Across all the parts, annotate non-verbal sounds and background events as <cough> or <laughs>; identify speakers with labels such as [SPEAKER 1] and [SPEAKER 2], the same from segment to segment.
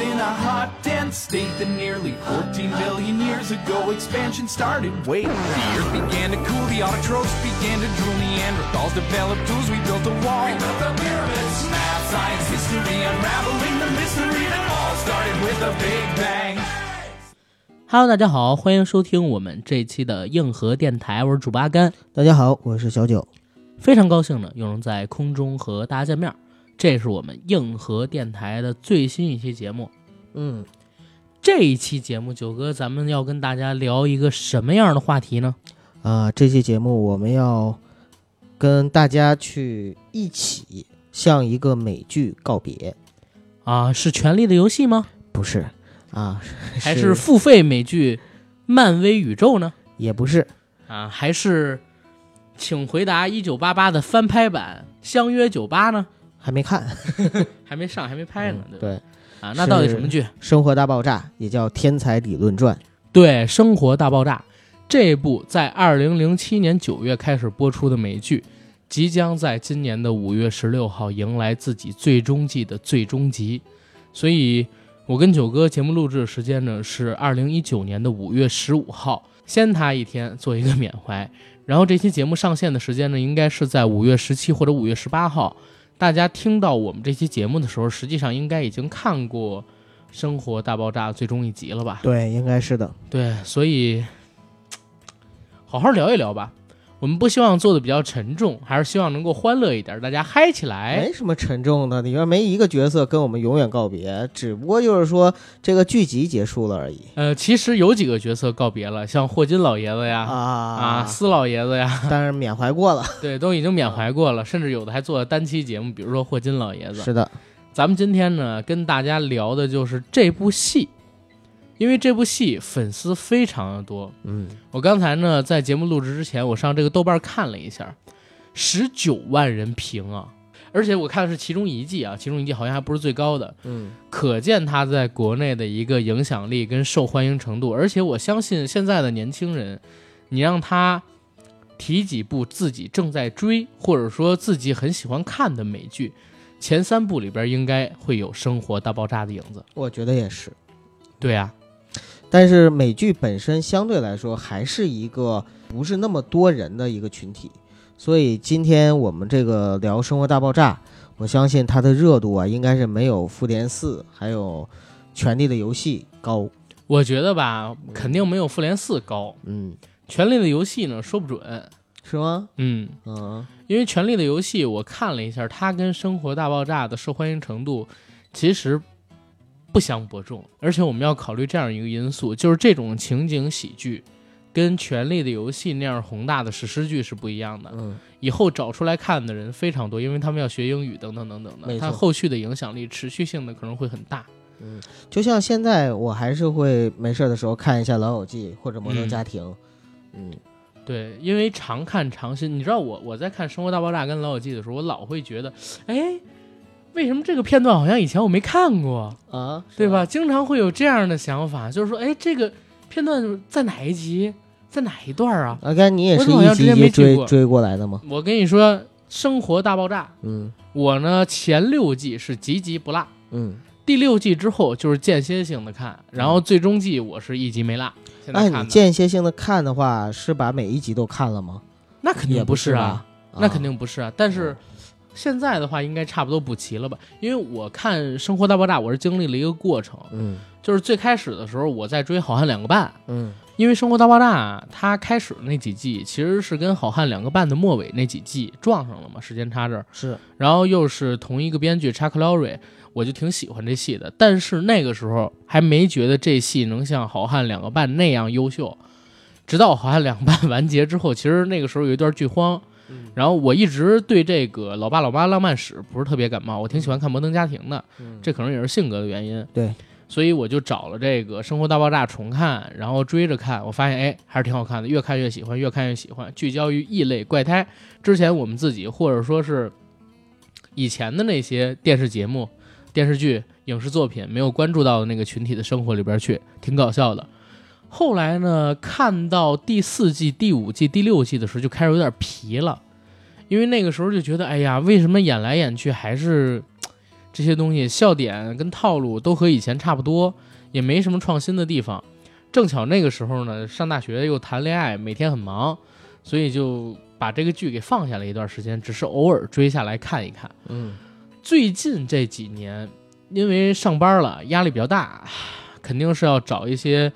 [SPEAKER 1] in a hot, dense state that nearly 14 billion years ago expansion started. Wait, the earth began to cool, the autotrophs began to drool, Neanderthals developed tools, we built a wall. We built the pyramids, math, science, history, unraveling the mystery that all started with a big bang.
[SPEAKER 2] Hello，大家好，欢迎收听我们这一期的硬核电台，我是主播阿甘，
[SPEAKER 3] 大家好，我是小九。
[SPEAKER 2] 非常高兴呢，又能在空中和大家见面儿。这是我们硬核电台的最新一期节目。
[SPEAKER 3] 嗯，
[SPEAKER 2] 这一期节目，九哥，咱们要跟大家聊一个什么样的话题呢？
[SPEAKER 3] 啊、这期节目我们要跟大家去一起向一个美剧告别，
[SPEAKER 2] 啊，是《权力的游戏》吗？
[SPEAKER 3] 不是 <laughs> 啊，
[SPEAKER 2] 还是付费美剧《漫威宇宙》呢？
[SPEAKER 3] 也不是
[SPEAKER 2] 啊，还是《请回答一九八八》的翻拍版《相约九八》呢？
[SPEAKER 3] 还没看，
[SPEAKER 2] 还没上，还没拍呢，对
[SPEAKER 3] 嗯
[SPEAKER 2] 吧？
[SPEAKER 3] 对，《
[SPEAKER 2] 啊，那到底什么剧？
[SPEAKER 3] 生活大爆炸》也叫《天才理论传》，
[SPEAKER 2] 对，《生活大爆炸》这部在二零零七年九月开始播出的美剧，即将在今年的五月十六号迎来自己最终季的最终集。所以，我跟九哥节目录制的时间呢是二零一九年的五月十五号，先他一天做一个缅怀。然后这期节目上线的时间呢，应该是在五月十七或者五月十八号。大家听到我们这期节目的时候，实际上应该已经看过《生活大爆炸》最终一集了吧？
[SPEAKER 3] 对，应该是的。
[SPEAKER 2] 对，所以好好聊一聊吧。我们不希望做的比较沉重，还是希望能够欢乐一点，大家嗨起来。
[SPEAKER 3] 没什么沉重的，里面没一个角色跟我们永远告别，只不过就是说这个剧集结束了而已
[SPEAKER 2] 呃，其实有几个角色告别了，像霍金老爷子呀，
[SPEAKER 3] 啊
[SPEAKER 2] 司老爷子呀，
[SPEAKER 3] 但是缅怀 <laughs> 过了，
[SPEAKER 2] <laughs> 对，都已经缅怀过了，甚至有的还做了单期节目，比如说霍金老爷子。
[SPEAKER 3] 啊是的，
[SPEAKER 2] 咱们今天呢，跟大家聊的就是这部戏，因为这部戏粉丝非常的多，
[SPEAKER 3] 嗯，
[SPEAKER 2] 我刚才呢，在节目录制之前，我上这个豆瓣看了一下，十九万人评啊，而且我看的是其中一季啊，其中一季好像还不是最高的，
[SPEAKER 3] 嗯，
[SPEAKER 2] 可见它在国内的一个影响力跟受欢迎程度。而且我相信现在的年轻人，你让他提几部自己正在追或者说自己很喜欢看的美剧，前三部里边应该会有《生活大爆炸》的影子。
[SPEAKER 3] 我觉得也是。
[SPEAKER 2] 对啊，
[SPEAKER 3] 但是美剧本身相对来说还是一个不是那么多人的一个群体，所以今天我们这个聊《生活大爆炸》，我相信它的热度啊，应该是没有《复联四》还有《权力的游戏》高。
[SPEAKER 2] 我觉得吧，肯定没有《复联四》高。
[SPEAKER 3] 嗯，
[SPEAKER 2] 《权力的游戏》呢，说不准。
[SPEAKER 3] 是吗？
[SPEAKER 2] 嗯，
[SPEAKER 3] 嗯，
[SPEAKER 2] 因为《权力的游戏》，我看了一下，它跟《生活大爆炸》的受欢迎程度其实不相伯仲。而且我们要考虑这样一个因素，就是这种情景喜剧跟《权力的游戏》那样宏大的史诗剧是不一样的。
[SPEAKER 3] 嗯，
[SPEAKER 2] 以后找出来看的人非常多，因为他们要学英语等等等等的，
[SPEAKER 3] 没错
[SPEAKER 2] 它后续的影响力、持续性的可能会很大。
[SPEAKER 3] 就像现在我还是会没事儿的时候看一下《老友记》或者《摩登家庭》嗯。
[SPEAKER 2] 对，因为常看常新。你知道我我在看《生活大爆炸》跟《老友记》的时候，我老会觉得，哎，为什么这个片段好像以前我没看过，
[SPEAKER 3] 啊，
[SPEAKER 2] 嗯对
[SPEAKER 3] 是
[SPEAKER 2] 吧？？经常会有这样的想法，就是说，哎，这个片段在哪一集，在哪一段啊？
[SPEAKER 3] 阿甘，你也
[SPEAKER 2] 我
[SPEAKER 3] 是
[SPEAKER 2] 怎么好
[SPEAKER 3] 一
[SPEAKER 2] 像
[SPEAKER 3] 集
[SPEAKER 2] 之前
[SPEAKER 3] 一
[SPEAKER 2] 没
[SPEAKER 3] 集
[SPEAKER 2] 记
[SPEAKER 3] 追
[SPEAKER 2] 过
[SPEAKER 3] 追过来的吗？
[SPEAKER 2] 我跟你说，《生活大爆炸》，
[SPEAKER 3] 嗯
[SPEAKER 2] 我呢前六季是集集不落，
[SPEAKER 3] 嗯，
[SPEAKER 2] 第六季之后就是间歇性的看，然后最终季我是一集没落。现在
[SPEAKER 3] 那
[SPEAKER 2] 看
[SPEAKER 3] 哎你
[SPEAKER 2] 的
[SPEAKER 3] 间歇性的看的话，是把每一集都看了吗？
[SPEAKER 2] 那肯定
[SPEAKER 3] 也
[SPEAKER 2] 不
[SPEAKER 3] 是
[SPEAKER 2] 啊。
[SPEAKER 3] 吧，
[SPEAKER 2] 那
[SPEAKER 3] 啊嗯
[SPEAKER 2] 肯定不是啊。但是现在的话，应该差不多补齐了吧？因为我看《生活大爆炸》，我是经历了一个过程，
[SPEAKER 3] 嗯
[SPEAKER 2] 就是最开始的时候我在追《好汉两个半》，
[SPEAKER 3] 嗯
[SPEAKER 2] 因为《生活大爆炸》它开始的那几季其实是跟《好汉两个半》的末尾那几季撞上了嘛，时间差这儿。
[SPEAKER 3] 是
[SPEAKER 2] 然后又是同一个编剧 Chuck Lorre，我就挺喜欢这戏的。但是那个时候还没觉得这戏能像《好汉两个半》那样优秀，直到《好汉两个半》完结之后，其实那个时候有一段剧荒。然后我一直对这个《老爸老妈浪漫史》不是特别感冒，我挺喜欢看《摩登家庭》的，这可能也是性格的原因。
[SPEAKER 3] 对，
[SPEAKER 2] 所以我就找了这个《生活大爆炸》重看，然后追着看，我发现哎还是挺好看的，越看越喜欢，越看越喜欢。聚焦于异类怪胎，之前我们自己或者说是以前的那些电视节目、电视剧、影视作品没有关注到的那个群体的生活里边去，挺搞笑的。后来呢，看到第四季、第五季、第六季的时候，就开始有点疲了，因为那个时候就觉得，哎呀，为什么演来演去还是嘖这些东西笑点跟套路都和以前差不多，也没什么创新的地方。正巧那个时候呢，上大学又谈恋爱，每天很忙，所以就把这个剧给放下了一段时间，只是偶尔追下来看一看。
[SPEAKER 3] 嗯
[SPEAKER 2] 最近这几年，因为上班了，压力比较大，肯定是要找一些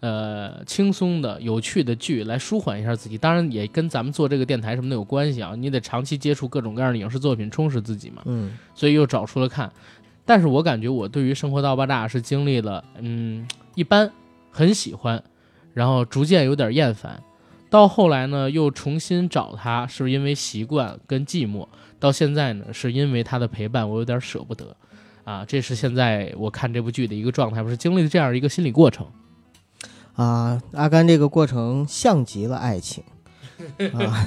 [SPEAKER 2] 呃轻松的、有趣的剧来舒缓一下自己。当然，也跟咱们做这个电台什么的有关系啊，你得长期接触各种各样的影视作品，充实自己嘛。
[SPEAKER 3] 嗯
[SPEAKER 2] 所以又找出了看。但是我感觉我对于《生活大爆炸》是经历了，嗯，一般，很喜欢，然后逐渐有点厌烦，到后来呢又重新找它，是因为习惯跟寂寞，到现在呢是因为它的陪伴，我有点舍不得，啊，这是现在我看这部剧的一个状态，我是经历了这样一个心理过程。
[SPEAKER 3] 啊，阿甘这个过程像极了爱
[SPEAKER 2] <laughs>
[SPEAKER 3] 情啊，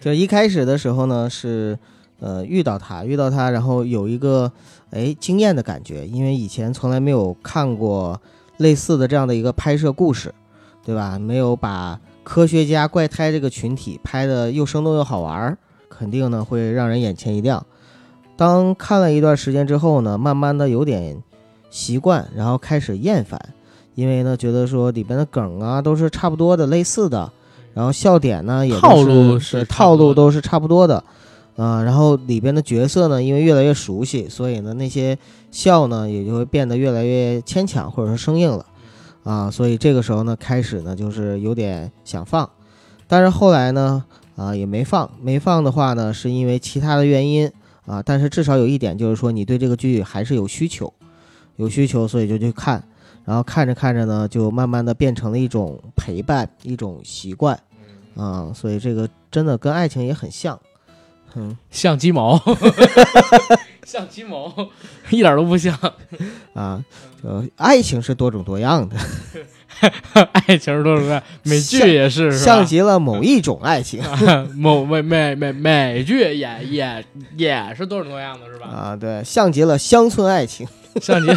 [SPEAKER 3] 就一开始的时候呢是。呃，遇到他，遇到他，然后有一个哎惊艳的感觉，因为以前从来没有看过类似的这样的一个拍摄故事，对吧？没有把科学家怪胎这个群体拍的又生动又好玩儿，肯定呢会让人眼前一亮。当看了一段时间之后呢，慢慢的有点习惯，然后开始厌烦，因为呢觉得说里边的梗啊都是差不多的、类似的，然后笑点呢也都
[SPEAKER 2] 套路
[SPEAKER 3] 是
[SPEAKER 2] 是差不多的
[SPEAKER 3] 套路都是差不多的，啊、然后里边的角色呢，因为越来越熟悉，所以呢那些笑呢也就会变得越来越牵强或者说生硬了，啊，所以这个时候呢开始呢就是有点想放，但是后来呢啊也没放，没放的话呢是因为其他的原因啊，但是至少有一点就是说你对这个剧还是有需求，有需求所以就去看，然后看着看着呢就慢慢的变成了一种陪伴，一种习惯，
[SPEAKER 2] 嗯
[SPEAKER 3] 啊，所以这个真的跟爱情也很像，嗯。
[SPEAKER 2] 像鸡毛， <laughs> 像鸡毛， <laughs> 一点都不像。 <laughs>
[SPEAKER 3] 啊，呃，爱情是多种多样的，
[SPEAKER 2] 爱情都是爱美剧
[SPEAKER 3] 像
[SPEAKER 2] 也是，是吧
[SPEAKER 3] 像极了某一种
[SPEAKER 2] <laughs>
[SPEAKER 3] 爱情
[SPEAKER 2] 某美美美美剧也也也是多种多样的，是吧？
[SPEAKER 3] 啊，对，像极了乡村爱情，
[SPEAKER 2] 像你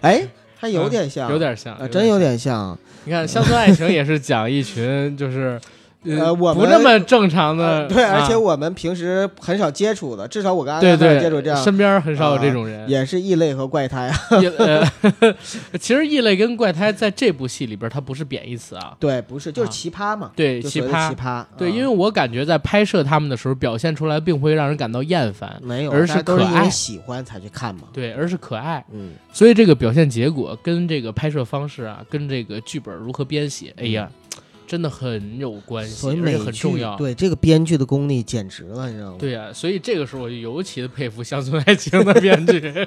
[SPEAKER 3] 哎，还有点
[SPEAKER 2] 嗯
[SPEAKER 3] 像，
[SPEAKER 2] 有点像
[SPEAKER 3] 啊，，真有。点像，
[SPEAKER 2] 你看，乡村爱情也是讲一群就是，
[SPEAKER 3] 呃我们
[SPEAKER 2] 不那么正常的 <laughs>
[SPEAKER 3] 呃，对，
[SPEAKER 2] 啊
[SPEAKER 3] 而且我们平时很少接触的，至少我跟阿
[SPEAKER 2] 对
[SPEAKER 3] 甘很少
[SPEAKER 2] 对
[SPEAKER 3] 接触这样，啊
[SPEAKER 2] 身边很少有这种人。
[SPEAKER 3] 也是异类和怪胎啊， <laughs>
[SPEAKER 2] 也呃， <laughs> 其实异类跟怪胎在这部戏里边，它不是贬义词啊。
[SPEAKER 3] 对，不是，就是奇葩嘛，
[SPEAKER 2] 对，
[SPEAKER 3] 就
[SPEAKER 2] 奇
[SPEAKER 3] 所谓的
[SPEAKER 2] 葩
[SPEAKER 3] 奇，葩，
[SPEAKER 2] 对，
[SPEAKER 3] 啊
[SPEAKER 2] 因为我感觉在拍摄他们的时候，表现出来并不会让人感到厌烦，
[SPEAKER 3] 没有，
[SPEAKER 2] 而
[SPEAKER 3] 大家
[SPEAKER 2] 是
[SPEAKER 3] 都
[SPEAKER 2] 可
[SPEAKER 3] 是因
[SPEAKER 2] 爱
[SPEAKER 3] 为，喜欢才去看嘛，
[SPEAKER 2] 对，而是可爱。
[SPEAKER 3] 嗯，
[SPEAKER 2] 所以这个表现结果跟这个拍摄方式啊，跟这个剧本如何编写，哎呀，真的很有关系，
[SPEAKER 3] 所
[SPEAKER 2] 而
[SPEAKER 3] 以
[SPEAKER 2] 且
[SPEAKER 3] 美
[SPEAKER 2] 很
[SPEAKER 3] 剧
[SPEAKER 2] 重要。
[SPEAKER 3] 对这个编剧的功力简直了，你知道吗？
[SPEAKER 2] 对呀、所以这个时候我就尤其的佩服《乡村爱情》的编剧。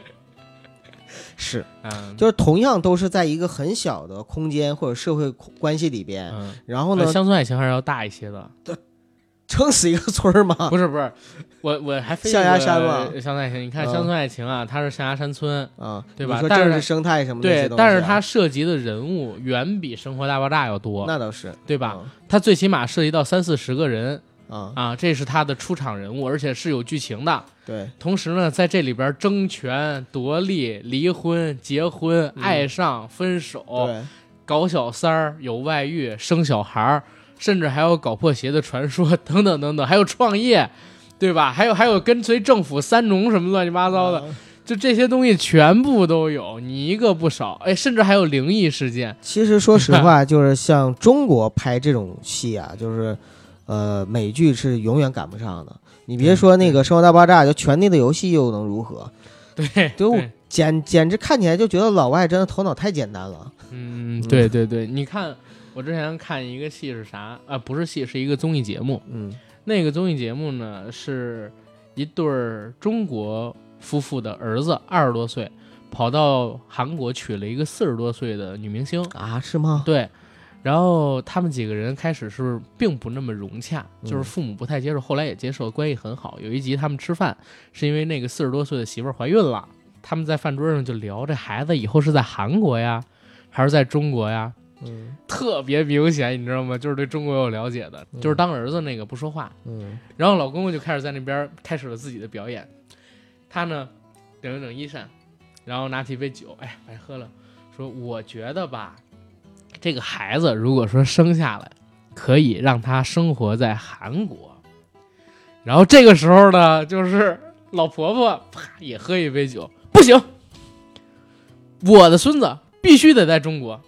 [SPEAKER 2] <laughs>
[SPEAKER 3] 是，
[SPEAKER 2] 嗯，
[SPEAKER 3] 就是同样都是在一个很小的空间或者社会关系里边，
[SPEAKER 2] 嗯，
[SPEAKER 3] 然后
[SPEAKER 2] 呃
[SPEAKER 3] 呢，
[SPEAKER 2] 乡村爱情》还是要大一些的。
[SPEAKER 3] 撑死一个村儿嘛。
[SPEAKER 2] 不是不是，我我还非
[SPEAKER 3] 啊象牙山
[SPEAKER 2] 嘛，
[SPEAKER 3] 嘛
[SPEAKER 2] 《乡村爱情》，你看《
[SPEAKER 3] 嗯
[SPEAKER 2] 乡村爱情》啊，它是象牙山村，
[SPEAKER 3] 啊，
[SPEAKER 2] 对吧
[SPEAKER 3] 你说
[SPEAKER 2] 但
[SPEAKER 3] 政
[SPEAKER 2] 是
[SPEAKER 3] 治生态什么的、
[SPEAKER 2] 对，但是它
[SPEAKER 3] 他
[SPEAKER 2] 涉及的人物远比《生活大爆炸》要多，
[SPEAKER 3] 那倒嗯是
[SPEAKER 2] 对吧？它最起码涉及到三四十个人
[SPEAKER 3] 啊，
[SPEAKER 2] 啊，这是它的出场人物，而且是有剧情的。
[SPEAKER 3] 对，
[SPEAKER 2] 同时呢，在这里边争权夺利、离婚、结婚、
[SPEAKER 3] 嗯
[SPEAKER 2] 爱上、分手、
[SPEAKER 3] 对，
[SPEAKER 2] 搞小三儿、有外遇、生小孩儿，甚至还有搞破鞋的传说等等等等，还有创业，对吧？还有还有跟随政府三农什么乱七八糟的，
[SPEAKER 3] 啊
[SPEAKER 2] 就这些东西全部都有，你一个不少。哎，甚至还有灵异事件，
[SPEAKER 3] 其实说实
[SPEAKER 2] <laughs>
[SPEAKER 3] 话，就是像中国拍这种戏啊，就是呃，美剧是永远赶不上的。你别说那个《生活大爆炸》，就《权力的游戏》又能如何？
[SPEAKER 2] <laughs> 对，
[SPEAKER 3] 就
[SPEAKER 2] 对
[SPEAKER 3] 简简直看起来就觉得老外真的头脑太简单了。
[SPEAKER 2] 嗯，对对对，你看。我之前看一个戏是啥啊？不是戏，是一个综艺节目。
[SPEAKER 3] 嗯
[SPEAKER 2] 那个综艺节目呢，是一对儿中国夫妇的儿子，二十多岁，跑到韩国娶了一个四十多岁的女明星。
[SPEAKER 3] 啊，是吗？
[SPEAKER 2] 对，然后他们几个人开始是并不那么融洽，
[SPEAKER 3] 嗯
[SPEAKER 2] 就是父母不太接受，后来也接受，关系很好。有一集他们吃饭，是因为那个四十多岁的媳妇儿怀孕了，他们在饭桌上就聊这孩子以后是在韩国呀，还是在中国呀？
[SPEAKER 3] 嗯
[SPEAKER 2] 特别明显，你知道吗？就是对中国有了解的，就是当儿子那个不说话，
[SPEAKER 3] 嗯
[SPEAKER 2] 然后老公公就开始在那边儿开始了自己的表演，他呢整了整衣衫，然后拿起一杯酒，哎，白喝了，说我觉得吧，这个孩子如果说生下来，可以让他生活在韩国。然后这个时候呢，就是老婆婆啪也喝一杯酒，不行，我的孙子必须得在中国。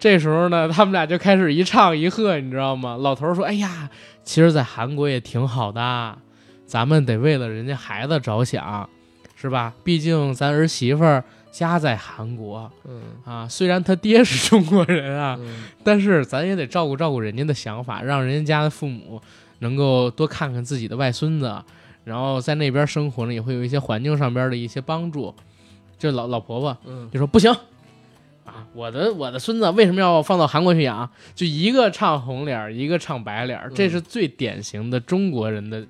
[SPEAKER 2] 这时候呢，他们俩就开始一唱一和，你知道吗？老头儿说：“哎呀，其实，在韩国也挺好的，啊咱们得为了人家孩子着想，是吧？毕竟咱儿媳妇儿家在韩国
[SPEAKER 3] 嗯
[SPEAKER 2] 啊，虽然她爹是中国人啊，
[SPEAKER 3] 嗯
[SPEAKER 2] 但是咱也得照顾照顾人家的想法，让人家的父母能够多看看自己的外孙子，然后在那边生活呢，也会有一些环境上边的一些帮助。这老老婆婆
[SPEAKER 3] 嗯
[SPEAKER 2] 就说不行啊，我的我的孙子为什么要放到韩国去养？就一个唱红脸儿，一个唱白脸儿，
[SPEAKER 3] 嗯
[SPEAKER 2] 这是最典型的中国人的嘖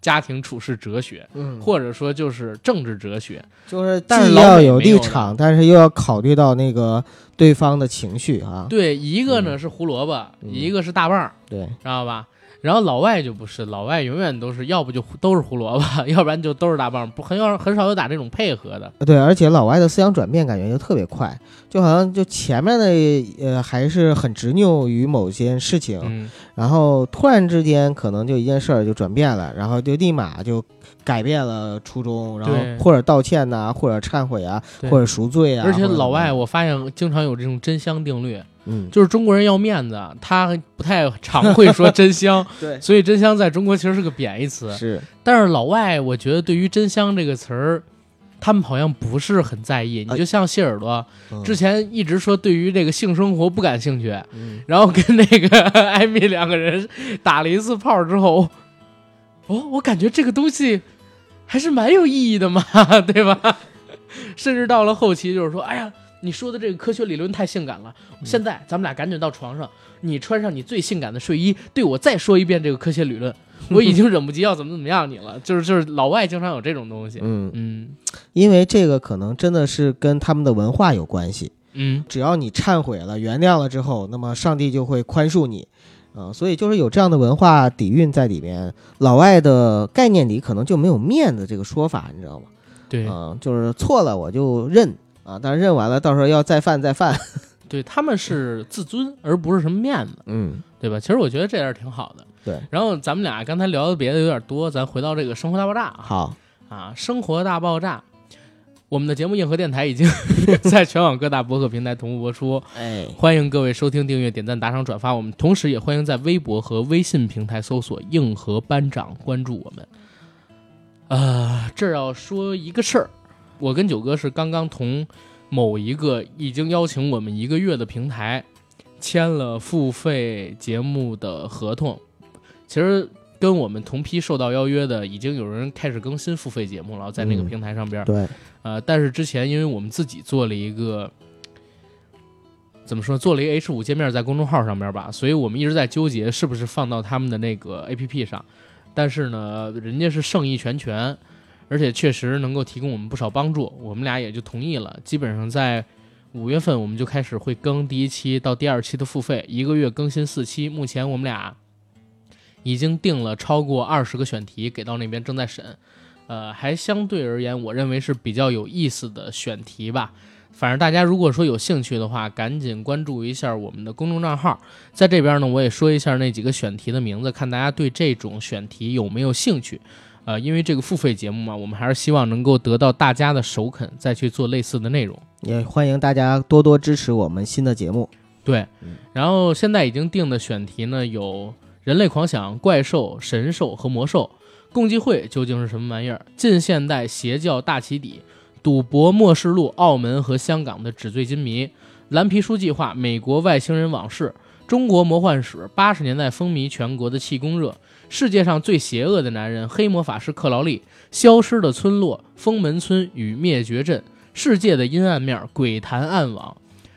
[SPEAKER 2] 家庭处事哲学，
[SPEAKER 3] 嗯，
[SPEAKER 2] 或者说就是政治哲学。
[SPEAKER 3] 就是
[SPEAKER 2] 但是
[SPEAKER 3] 既
[SPEAKER 2] 老
[SPEAKER 3] 要
[SPEAKER 2] 美
[SPEAKER 3] 有
[SPEAKER 2] 没
[SPEAKER 3] 立
[SPEAKER 2] 有
[SPEAKER 3] 场，但是又要考虑到那个对方的情绪啊。
[SPEAKER 2] 对，一个呢是胡萝卜，
[SPEAKER 3] 嗯
[SPEAKER 2] 一个是大棒儿。
[SPEAKER 3] 对，
[SPEAKER 2] 知道吧？然后老外就不是，老外永远都是要不就都是胡萝卜， <laughs> 要不然就都是大棒，不很少很少有打这种配合的。
[SPEAKER 3] 对，而且老外的思想转变感觉就特别快，就好像就前面的呃还是很执拗于某件事情，
[SPEAKER 2] 嗯，
[SPEAKER 3] 然后突然之间可能就一件事儿就转变了，然后就立马就改变了初衷，然
[SPEAKER 2] 对
[SPEAKER 3] 后或者道歉呐、或者忏悔啊，
[SPEAKER 2] 对
[SPEAKER 3] 或者赎罪啊。
[SPEAKER 2] 而且
[SPEAKER 3] 或者
[SPEAKER 2] 老外
[SPEAKER 3] 什么
[SPEAKER 2] 我发现经常有这种真香定律，
[SPEAKER 3] 嗯，
[SPEAKER 2] 就是中国人要面子，他不太常会说真
[SPEAKER 3] <laughs>
[SPEAKER 2] 香，
[SPEAKER 3] 对，
[SPEAKER 2] 所以真香在中国其实是个贬义词。
[SPEAKER 3] 是
[SPEAKER 2] 但是老外我觉得对于真香这个词儿，他们好像不是很在意。你
[SPEAKER 3] 哎
[SPEAKER 2] 就像谢耳朵
[SPEAKER 3] 嗯
[SPEAKER 2] 之前一直说对于这个性生活不感兴趣，
[SPEAKER 3] 嗯
[SPEAKER 2] 然后跟那个 <laughs> 艾米两个人打了一次炮之后，哦，我感觉这个东西还是蛮有意义的嘛， <laughs> 对吧？甚至到了后期，就是说，哎呀，你说的这个科学理论太性感了，现在咱们俩赶紧到床上，你穿上你最性感的睡衣，对我再说一遍这个科学理论，我已经忍不及要怎么怎么样你了。就是就是老外经常有这种东西，
[SPEAKER 3] 嗯，
[SPEAKER 2] 嗯
[SPEAKER 3] 因为这个可能真的是跟他们的文化有关系。
[SPEAKER 2] 嗯，
[SPEAKER 3] 只要你忏悔了、原谅了之后，那么上帝就会宽恕你，啊、所以就是有这样的文化底蕴在里面。老外的概念里可能就没有面子这个说法，你知道吗？
[SPEAKER 2] 对
[SPEAKER 3] 嗯、就是错了我就认啊，但是认完了到时候要再犯再犯。
[SPEAKER 2] 对，他们是自尊，而不是什么面子。
[SPEAKER 3] 嗯，
[SPEAKER 2] 对吧？其实我觉得这点儿挺好的。
[SPEAKER 3] 对，
[SPEAKER 2] 然后咱们俩刚才聊的别的有点多，咱回到这个《生活大爆炸》啊，
[SPEAKER 3] <laughs> 好，
[SPEAKER 2] 啊，《生活大爆炸》，我们的节目《硬核电台》已经 <laughs> 在全网各大播客平台同步播出，
[SPEAKER 3] 哎，
[SPEAKER 2] 欢迎各位收听、订阅、点赞、打赏、转发。我们同时也欢迎在微博和微信平台搜索“硬核班长”，关注我们。呃，这儿要说一个事儿，我跟九哥是刚刚同某一个已经邀请我们一个月的平台签了付费节目的合同。其实跟我们同批受到邀约的，已经有人开始更新付费节目了，在那个
[SPEAKER 3] 嗯
[SPEAKER 2] 平台上边。
[SPEAKER 3] 对，
[SPEAKER 2] 呃，但是之前因为我们自己做了一个，怎么说，做了一个 H 五界面在公众号上面吧，所以我们一直在纠结是不是放到他们的那个 APP 上。但是呢，人家是盛意全全，而且确实能够提供我们不少帮助，我们俩也就同意了。基本上在五月份我们就开始会更第一期到第二期的付费，一个月更新四期。目前我们俩已经定了超过二十个选题，给到那边正在审。呃，还相对而言，我认为是比较有意思的选题吧。反正大家如果说有兴趣的话，赶紧关注一下我们的公众账号。在这边呢，我也说一下那几个选题的名字，看大家对这种选题有没有兴趣。呃，因为这个付费节目嘛，我们还是希望能够得到大家的首肯，再去做类似的内容。
[SPEAKER 3] 也欢迎大家多多支持我们新的节目。
[SPEAKER 2] 对
[SPEAKER 3] 嗯，
[SPEAKER 2] 然后现在已经定的选题呢有人类狂想、怪兽、神兽和魔兽，共济会究竟是什么玩意儿？近现代邪教大起底，赌博末世录，澳门和香港的纸醉金迷，蓝皮书计划，美国外星人往事，中国魔幻史，八十年代风靡全国的气功热，世界上最邪恶的男人，黑魔法师克劳利，消失的村落，封门村与灭绝镇，世界的阴暗面，鬼谈暗网。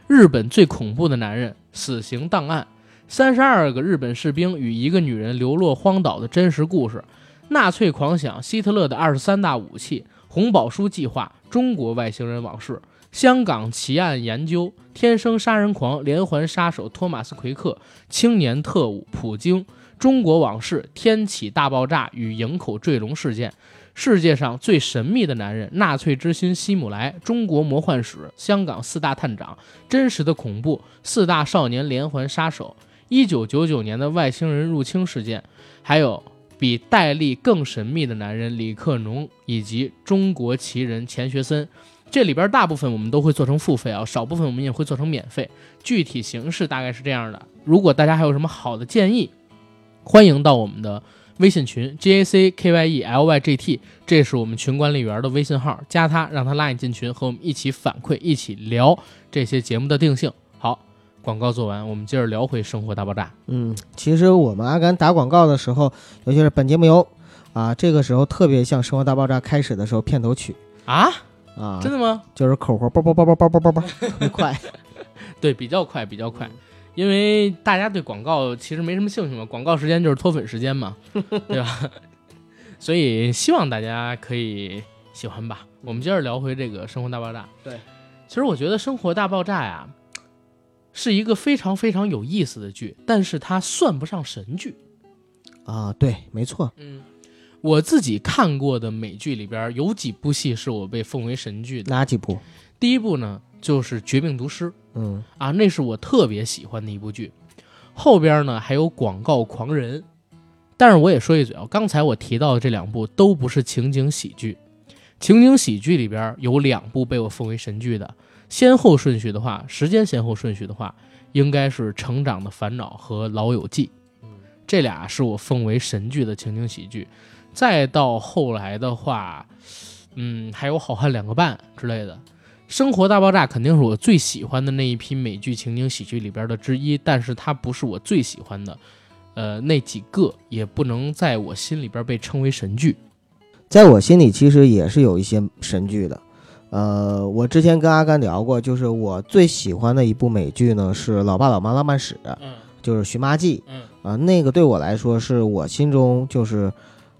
[SPEAKER 2] 日本最恐怖的男人，死刑档案，三十二个日本士兵与一个女人流落荒岛的真实故事，纳粹狂想，希特勒的二十三大武器，红宝书计划，中国外星人往事，香港奇案研究，天生杀人狂，连环杀手托马斯奎克，青年特务普京，中国往事，天启大爆炸与营口坠龙事件。世界上最神秘的男人，纳粹之心希姆莱，中国魔幻史，香港四大探长，真实的恐怖，四大少年连环杀手，一九九九年的外星人入侵事件，还有比戴笠更神秘的男人李克农以及中国奇人钱学森。这里边大部分我们都会做成付费啊，少部分我们也会做成免费。具体形式大概是这样的。如果大家还有什么好的建议，欢迎到我们的微信群 G A C K Y E L Y G T，这是我们群管理员的微信号，加他，让他拉你进群，和我们一起反馈，一起聊这些节目的定性。好，广告做完，我们接着聊回《生活大爆炸》。
[SPEAKER 3] 嗯，其实我们阿甘打广告的时候，尤其是本节目由啊，这个时候特别像《生活大爆炸》开始的时候片头曲
[SPEAKER 2] 啊，
[SPEAKER 3] 啊，
[SPEAKER 2] 真的吗？
[SPEAKER 3] 就是口活叭叭叭叭叭叭叭叭， <laughs> 特别快。
[SPEAKER 2] 对，比较快，比较快，因为大家对广告其实没什么兴趣嘛，广告时间就是脱粉时间嘛，对吧？所以希望大家可以喜欢吧。我们接着聊回这个《生活大爆炸》。
[SPEAKER 3] 对，
[SPEAKER 2] 其实我觉得《生活大爆炸》呀，是一个非常非常有意思的剧，但是它算不上神剧。
[SPEAKER 3] 啊，对，没错，
[SPEAKER 2] 嗯，我自己看过的美剧里边有几部戏是我被奉为神剧的。
[SPEAKER 3] 哪几部？
[SPEAKER 2] 第一部呢，就是《绝命毒师》。
[SPEAKER 3] 嗯
[SPEAKER 2] 啊，那是我特别喜欢的一部剧。后边呢还有《广告狂人》，但是我也说一嘴啊，刚才我提到的这两部都不是情景喜剧。情景喜剧里边有两部被我奉为神剧的，先后顺序的话，时间先后顺序的话，应该是《成长的烦恼》和《老友记》，这俩是我奉为神剧的情景喜剧。再到后来的话，嗯，还有《好汉两个半》之类的，《生活大爆炸》肯定是我最喜欢的那一批美剧情景喜剧里边的之一，但是它不是我最喜欢的，呃，那几个也不能在我心里边被称为神剧。
[SPEAKER 3] 在我心里其实也是有一些神剧的。呃，我之前跟阿甘聊过，就是我最喜欢的一部美剧呢是《老爸老妈浪漫史》，
[SPEAKER 2] 嗯
[SPEAKER 3] 就是《寻妈记》
[SPEAKER 2] 嗯
[SPEAKER 3] 啊、那个对我来说是我心中就是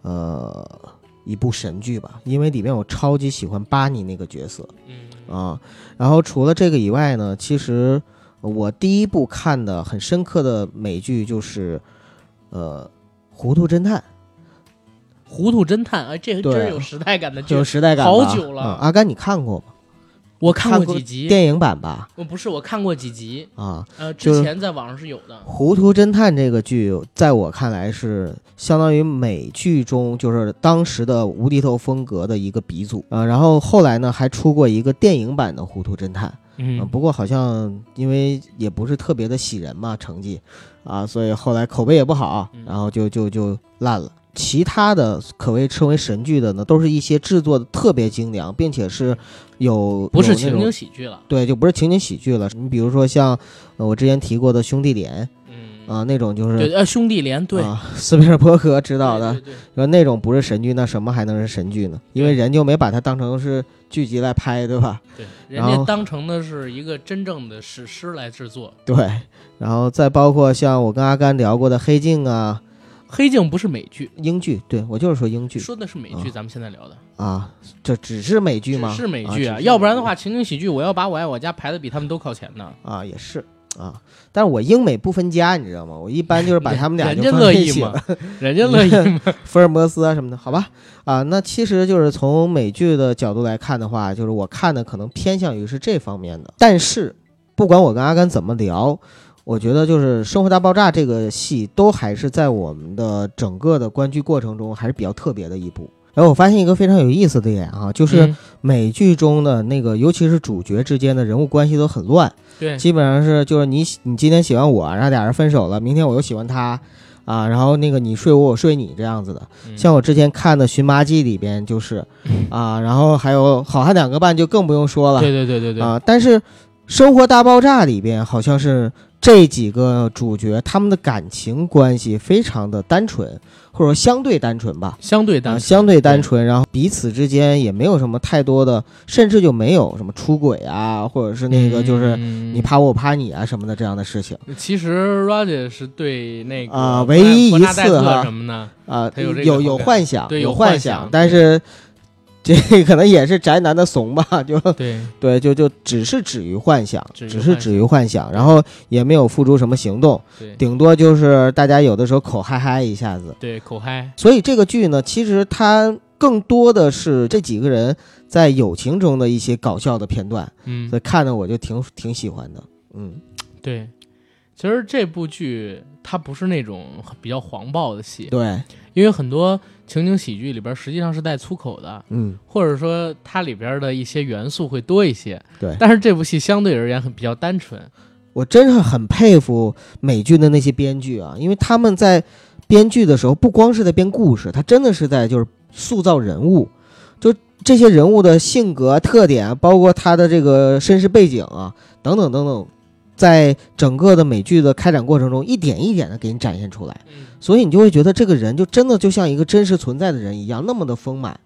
[SPEAKER 3] 呃一部神剧吧，因为里面我超级喜欢巴尼那个角色
[SPEAKER 2] 嗯
[SPEAKER 3] 啊、然后除了这个以外呢，其实我第一部看的很深刻的美剧就是呃《糊涂侦探》。
[SPEAKER 2] 糊涂侦探》啊，这
[SPEAKER 3] 对
[SPEAKER 2] 真是有时代感的剧
[SPEAKER 3] 就。是时代感吧，
[SPEAKER 2] 好久了
[SPEAKER 3] 嗯阿甘，你看过吗？
[SPEAKER 2] 我看
[SPEAKER 3] 看
[SPEAKER 2] 过
[SPEAKER 3] 过
[SPEAKER 2] 几集，
[SPEAKER 3] 电影版吧？
[SPEAKER 2] 我不是我看过几集，
[SPEAKER 3] 啊，
[SPEAKER 2] 呃，
[SPEAKER 3] 就
[SPEAKER 2] 之
[SPEAKER 3] 是啊
[SPEAKER 2] 前在网上是有的
[SPEAKER 3] 《。糊涂侦探》这个剧，在我看来是相当于美剧中就是当时的无厘头风格的一个鼻祖啊。然后后来呢，还出过一个电影版的《糊涂侦探》啊，
[SPEAKER 2] 嗯，
[SPEAKER 3] 不过好像因为也不是特别的喜人嘛，成绩啊，所以后来口碑也不好
[SPEAKER 2] 嗯，
[SPEAKER 3] 然后就就就烂了。其他的可谓称为神剧的呢，都是一些制作的特别精良，并且是有
[SPEAKER 2] 不是
[SPEAKER 3] 有那
[SPEAKER 2] 情
[SPEAKER 3] 种啊
[SPEAKER 2] 景喜剧了。
[SPEAKER 3] 对，就不是情景喜剧了。你比如说像、呃我之前提过的《兄弟连》
[SPEAKER 2] 嗯，
[SPEAKER 3] 啊、那种就是
[SPEAKER 2] 对，呃，兄弟连对，
[SPEAKER 3] 啊斯皮尔伯格执导的，
[SPEAKER 2] 对对对
[SPEAKER 3] 说那种不是神剧，那什么还能是神剧呢？因为人就没把它当成是剧集来拍，对吧？ <laughs>
[SPEAKER 2] 对，人
[SPEAKER 3] 然后
[SPEAKER 2] 家当成的是一个真正的史诗来制作。
[SPEAKER 3] 对，然后再包括像我跟阿甘聊过的《黑镜》啊，
[SPEAKER 2] 黑镜不是美剧，
[SPEAKER 3] 英剧，对我就是说英剧
[SPEAKER 2] 说的是美剧，
[SPEAKER 3] 啊
[SPEAKER 2] 咱们现在聊的
[SPEAKER 3] 啊，这只是美剧吗？
[SPEAKER 2] 只是美剧
[SPEAKER 3] 只
[SPEAKER 2] 啊，
[SPEAKER 3] 是
[SPEAKER 2] 要不然
[SPEAKER 3] 美
[SPEAKER 2] 的
[SPEAKER 3] 剧
[SPEAKER 2] 话，情景喜剧我要把我爱我家排的比他们都靠前呢。
[SPEAKER 3] 啊也是啊，但是我英美不分家，你知道吗？我一般就是把他们俩
[SPEAKER 2] 人
[SPEAKER 3] 就
[SPEAKER 2] 家
[SPEAKER 3] 放
[SPEAKER 2] 乐
[SPEAKER 3] 在一
[SPEAKER 2] 意
[SPEAKER 3] 起
[SPEAKER 2] 吗
[SPEAKER 3] 了。？
[SPEAKER 2] 人家乐
[SPEAKER 3] 嗯
[SPEAKER 2] 意吗？嗯
[SPEAKER 3] <laughs> 福尔摩斯啊什么的，好吧，啊，那其实就是从美剧的角度来看的话，就是我看的可能偏向于是这方面的。但是不管我跟阿甘怎么聊，我觉得就是《生活大爆炸》这个戏都还是在我们的整个的观剧过程中还是比较特别的一部。然后我发现一个非常有意思的点啊，就是
[SPEAKER 2] 嗯
[SPEAKER 3] 美剧中的那个，尤其是主角之间的人物关系都很乱，
[SPEAKER 2] 对，
[SPEAKER 3] 基本上是就是你喜你今天喜欢我，然后俩人分手了，明天我又喜欢他，啊，然后那个你睡我，我睡你这样子的。
[SPEAKER 2] 嗯
[SPEAKER 3] 像我之前看的《寻麻记》里
[SPEAKER 2] <laughs>
[SPEAKER 3] 边就是，啊，然后还有《好汉两个半》就更不用说了
[SPEAKER 2] 对对对对对，
[SPEAKER 3] 啊。但是《生活大爆炸》里边好像是这几个主角他们的感情关系非常的单纯，或者说相对单纯吧。
[SPEAKER 2] 相对单
[SPEAKER 3] 啊，
[SPEAKER 2] 纯
[SPEAKER 3] 相对单。纯，然后彼此之间也没有什么太多的，甚至就没有什么出轨啊，或者是那个就是
[SPEAKER 2] 嗯
[SPEAKER 3] 你。怕我，我怕你啊什么的这样的事情
[SPEAKER 2] 其实 Roger 是对那个
[SPEAKER 3] 啊
[SPEAKER 2] 伯
[SPEAKER 3] 唯一
[SPEAKER 2] 伯
[SPEAKER 3] 一
[SPEAKER 2] 纳戴
[SPEAKER 3] 次
[SPEAKER 2] 特
[SPEAKER 3] 哈
[SPEAKER 2] 什么呢？
[SPEAKER 3] 啊、
[SPEAKER 2] 他有这个
[SPEAKER 3] 有
[SPEAKER 2] 好
[SPEAKER 3] 有
[SPEAKER 2] 感
[SPEAKER 3] 幻想，
[SPEAKER 2] 对有
[SPEAKER 3] 有
[SPEAKER 2] 幻
[SPEAKER 3] 想
[SPEAKER 2] 想，
[SPEAKER 3] 但是这可能也是宅男的怂吧，
[SPEAKER 2] <laughs>
[SPEAKER 3] 就
[SPEAKER 2] 对，
[SPEAKER 3] 对，就就只是止于幻想，
[SPEAKER 2] 止于
[SPEAKER 3] 只
[SPEAKER 2] 幻
[SPEAKER 3] 是
[SPEAKER 2] 想
[SPEAKER 3] 止于幻想，然后也没有付出什么行动，
[SPEAKER 2] 对
[SPEAKER 3] 顶多就是大家有的时候口嗨嗨一下子。
[SPEAKER 2] 对，口嗨，
[SPEAKER 3] 所以这个剧呢，其实它更多的是这几个人在友情中的一些搞笑的片段，
[SPEAKER 2] 嗯
[SPEAKER 3] 所以，看的我就挺挺喜欢的。嗯，
[SPEAKER 2] 对。其实这部剧它不是那种比较黄暴的戏，
[SPEAKER 3] 对，
[SPEAKER 2] 因为很多情景喜剧里边实际上是带粗口的，
[SPEAKER 3] 嗯，
[SPEAKER 2] 或者说它里边的一些元素会多一些。
[SPEAKER 3] 对
[SPEAKER 2] 但是这部戏相对而言很比较单纯。
[SPEAKER 3] 我真是很佩服美剧的那些编剧啊，因为他们在编剧的时候，不光是在编故事，他真的是在就是塑造人物，就这些人物的性格啊特点，包括他的这个身世背景啊，等等等等，在整个的美剧的开展过程中，一点一点的给你展现出来。所以你就会觉得这个人就真的就像一个真实存在的人一样，那么的丰满。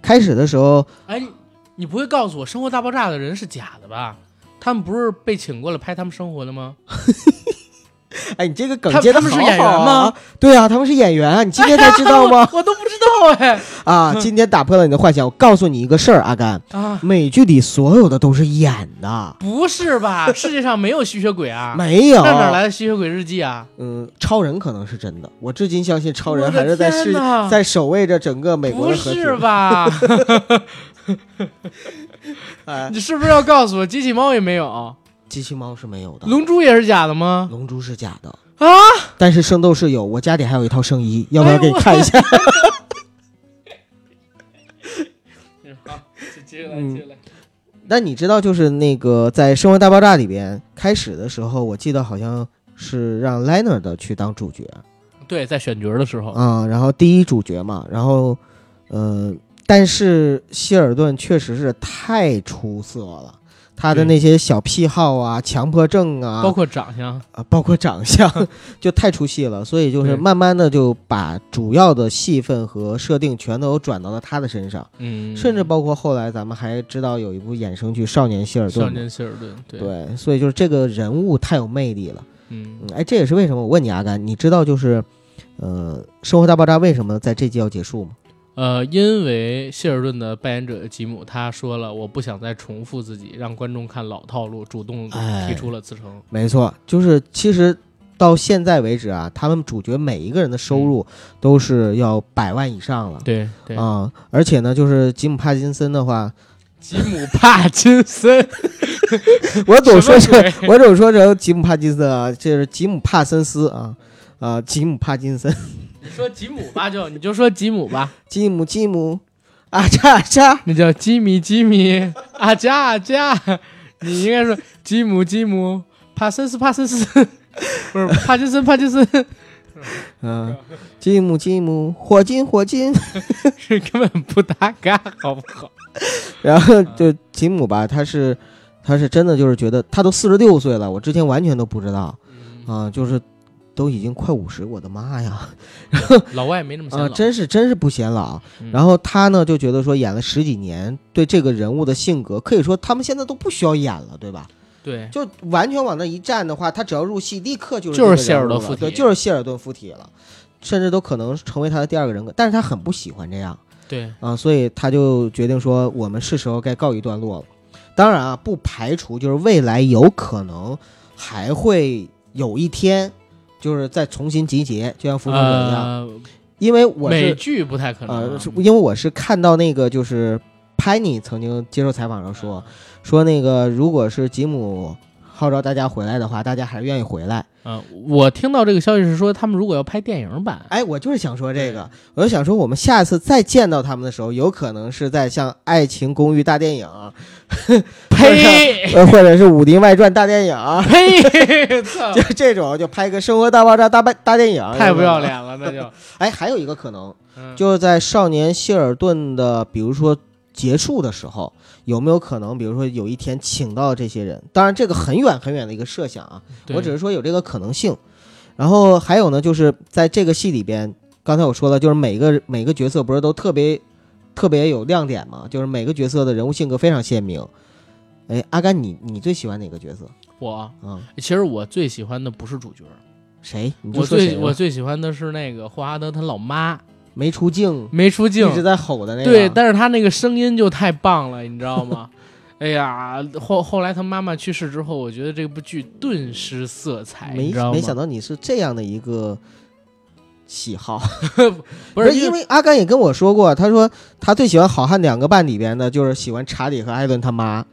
[SPEAKER 3] 开始的时候，
[SPEAKER 2] 哎，你你不会告诉我《生活大爆炸》的人是假的吧？他们不是被请过来拍他们生活的吗？
[SPEAKER 3] 哎，你这个梗
[SPEAKER 2] 他
[SPEAKER 3] 接的
[SPEAKER 2] 他们是演员吗？
[SPEAKER 3] 对啊，他们是演员，你 <laughs> 今天才知道吗？
[SPEAKER 2] <laughs> 我都不知道哎
[SPEAKER 3] 啊，今天打破了你的幻想。我告诉你一个事儿，阿甘，
[SPEAKER 2] 啊，
[SPEAKER 3] 美剧里所有的都是演的，
[SPEAKER 2] 不是吧？世界上没有吸血鬼啊？
[SPEAKER 3] 没有。
[SPEAKER 2] 那哪来的吸血鬼日记啊？
[SPEAKER 3] 嗯，超人可能是真的，我至今相信超人
[SPEAKER 2] 我的
[SPEAKER 3] 还是在
[SPEAKER 2] 天
[SPEAKER 3] 世
[SPEAKER 2] 哪
[SPEAKER 3] 在守卫着整个美国
[SPEAKER 2] 不
[SPEAKER 3] 的和
[SPEAKER 2] 是
[SPEAKER 3] 平。
[SPEAKER 2] 吧？
[SPEAKER 3] 哎，
[SPEAKER 2] <laughs> 你是不是要告诉我机器猫也没有？
[SPEAKER 3] 机器猫是没有的，
[SPEAKER 2] 龙珠也是假的吗？
[SPEAKER 3] 龙珠是假的，
[SPEAKER 2] 啊，哎
[SPEAKER 3] 但是圣斗士有。我家里还有一套圣衣，要不要给你看一
[SPEAKER 2] <laughs>
[SPEAKER 3] 下？
[SPEAKER 2] 好，接着
[SPEAKER 3] 来接
[SPEAKER 2] 着来。
[SPEAKER 3] 那你知道，就是那个在《生活大爆炸》里边开始的时候，我记得好像是让 Leonard 去当主角，
[SPEAKER 2] 嗯对，在选角的时候，
[SPEAKER 3] 啊、然后第一主角嘛，然后，呃，但是希尔顿确实是太出色了，他的
[SPEAKER 2] 对
[SPEAKER 3] 那些小癖好啊、强迫症啊，
[SPEAKER 2] 包括长相，
[SPEAKER 3] 啊， <laughs> 包括
[SPEAKER 2] <laughs>
[SPEAKER 3] 长相，就太出戏了，所以就是
[SPEAKER 2] 对
[SPEAKER 3] 慢慢的就把主要的戏份和设定全都转到了他的身上，
[SPEAKER 2] 嗯，
[SPEAKER 3] 甚至包括后来咱们还知道有一部衍生剧《少年希尔
[SPEAKER 2] 少》
[SPEAKER 3] 顿嘛，
[SPEAKER 2] 年希尔顿，对，
[SPEAKER 3] 对，所以就是这个人物太有魅力了。
[SPEAKER 2] 嗯
[SPEAKER 3] 嗯，哎，这也是为什么我问你阿甘，你知道就是，呃，《生活大爆炸》为什么在这季要结束吗？
[SPEAKER 2] 呃，因为希尔顿的扮演者吉姆他说了，我不想再重复自己，让观众看老套路，主动
[SPEAKER 3] 哎
[SPEAKER 2] 提出了辞呈。
[SPEAKER 3] 没错，就是其实到现在为止啊，他们主角每一个人的收入都是要百万以上了。
[SPEAKER 2] 嗯对对，
[SPEAKER 3] 啊、而且呢，就是吉姆·帕金森
[SPEAKER 2] <laughs>
[SPEAKER 3] 的话，
[SPEAKER 2] 吉姆帕金森，
[SPEAKER 3] 我总说成
[SPEAKER 2] <laughs> 什么
[SPEAKER 3] 我总说成吉姆·帕金森啊，这是吉姆·帕森斯啊，啊、吉姆·帕金森，
[SPEAKER 2] 你说吉姆吧就，你就说吉姆吧，
[SPEAKER 3] 吉姆，吉姆，啊叉叉，
[SPEAKER 2] <laughs> 那叫吉米吉米阿加阿加，你应该说吉姆吉姆帕森斯帕森斯， <laughs> 不是帕金森帕金森，
[SPEAKER 3] 嗯、吉姆，吉姆，火金，火金。
[SPEAKER 2] 是根本不搭嘎，好不好？
[SPEAKER 3] 然后就吉姆吧，他是他是真的就是觉得他都四十六岁了，我之前完全都不知道
[SPEAKER 2] 嗯
[SPEAKER 3] 啊、就是都已经快五十，我的妈呀
[SPEAKER 2] 老外没那么
[SPEAKER 3] 啊、
[SPEAKER 2] 显老，
[SPEAKER 3] 真是真是不显老。
[SPEAKER 2] 嗯
[SPEAKER 3] 然后他呢就觉得说演了十几年，对这个人物的性格可以说他们现在都不需要演了，对吧？
[SPEAKER 2] 对，
[SPEAKER 3] 就完全往那一站的话，他只要入戏，立刻就是
[SPEAKER 2] 就是
[SPEAKER 3] 这个人
[SPEAKER 2] 谢尔
[SPEAKER 3] 物
[SPEAKER 2] 顿
[SPEAKER 3] 了
[SPEAKER 2] 附体
[SPEAKER 3] 对，就是谢尔顿附体了，甚至都可能成为他的第二个人格，但是他很不喜欢这样。
[SPEAKER 2] 对，
[SPEAKER 3] 啊，所以他就决定说，我们是时候该告一段落了。当然啊，不排除就是未来有可能还会有一天，就是再重新集结，就像《复仇者》一样。
[SPEAKER 2] 呃，
[SPEAKER 3] 因为啊我
[SPEAKER 2] 美
[SPEAKER 3] 是
[SPEAKER 2] 剧不太可能
[SPEAKER 3] 呃，
[SPEAKER 2] 啊，
[SPEAKER 3] 是因为我是看到那个就是潘妮曾经接受采访上
[SPEAKER 2] 啊
[SPEAKER 3] 说，说那个如果是吉姆号召大家回来的话，大家还是愿意回来。
[SPEAKER 2] 嗯，我听到这个消息是说，他们如果要拍电影
[SPEAKER 3] <laughs>
[SPEAKER 2] 版，
[SPEAKER 3] 哎，我就是想说这个，我就想说，我们下次再见到他们的时候，有可能是在像《爱情公寓》大电影， <laughs>
[SPEAKER 2] 呸
[SPEAKER 3] 呃，或者是《武林外传》大电影啊，
[SPEAKER 2] <laughs> 呸，操
[SPEAKER 3] 就这种就拍个《生活大爆炸》大半大电影，
[SPEAKER 2] <laughs> 太不要。脸了，那就
[SPEAKER 3] 哎，还有一个可能，
[SPEAKER 2] 嗯
[SPEAKER 3] 就是在少年希尔顿的，比如说结束的时候，有没有可能，比如说有一天请到这些人？当然，这个很远很远的一个设想啊，
[SPEAKER 2] 对
[SPEAKER 3] 我只是说有这个可能性。然后还有呢，就是在这个戏里边，刚才我说了，就是每个每个角色不是都特别特别有亮点嘛，就是每个角色的人物性格非常鲜明。哎，阿甘，你你最喜欢哪个角色？
[SPEAKER 2] 我
[SPEAKER 3] 嗯，
[SPEAKER 2] 其实我最喜欢的不是主角，
[SPEAKER 3] 谁？你就
[SPEAKER 2] 我
[SPEAKER 3] 说谁啊
[SPEAKER 2] 最
[SPEAKER 3] 吧
[SPEAKER 2] 我最喜欢的是那个霍华德他老妈
[SPEAKER 3] 没出镜，
[SPEAKER 2] 没出镜
[SPEAKER 3] 一，直在吼的那个。
[SPEAKER 2] 对，但是他那个声音就太棒了，你知道
[SPEAKER 3] <laughs>
[SPEAKER 2] 吗？哎呀，后后来他妈妈去世之后，我觉得这部剧顿失色彩，
[SPEAKER 3] 没
[SPEAKER 2] 你知道吗？
[SPEAKER 3] 没想到你是这样的一个喜好，
[SPEAKER 2] 不是
[SPEAKER 3] 因为阿甘也跟我说过，他说他最喜欢《好汉两个半》里边的，就是喜欢查理和艾伦他妈。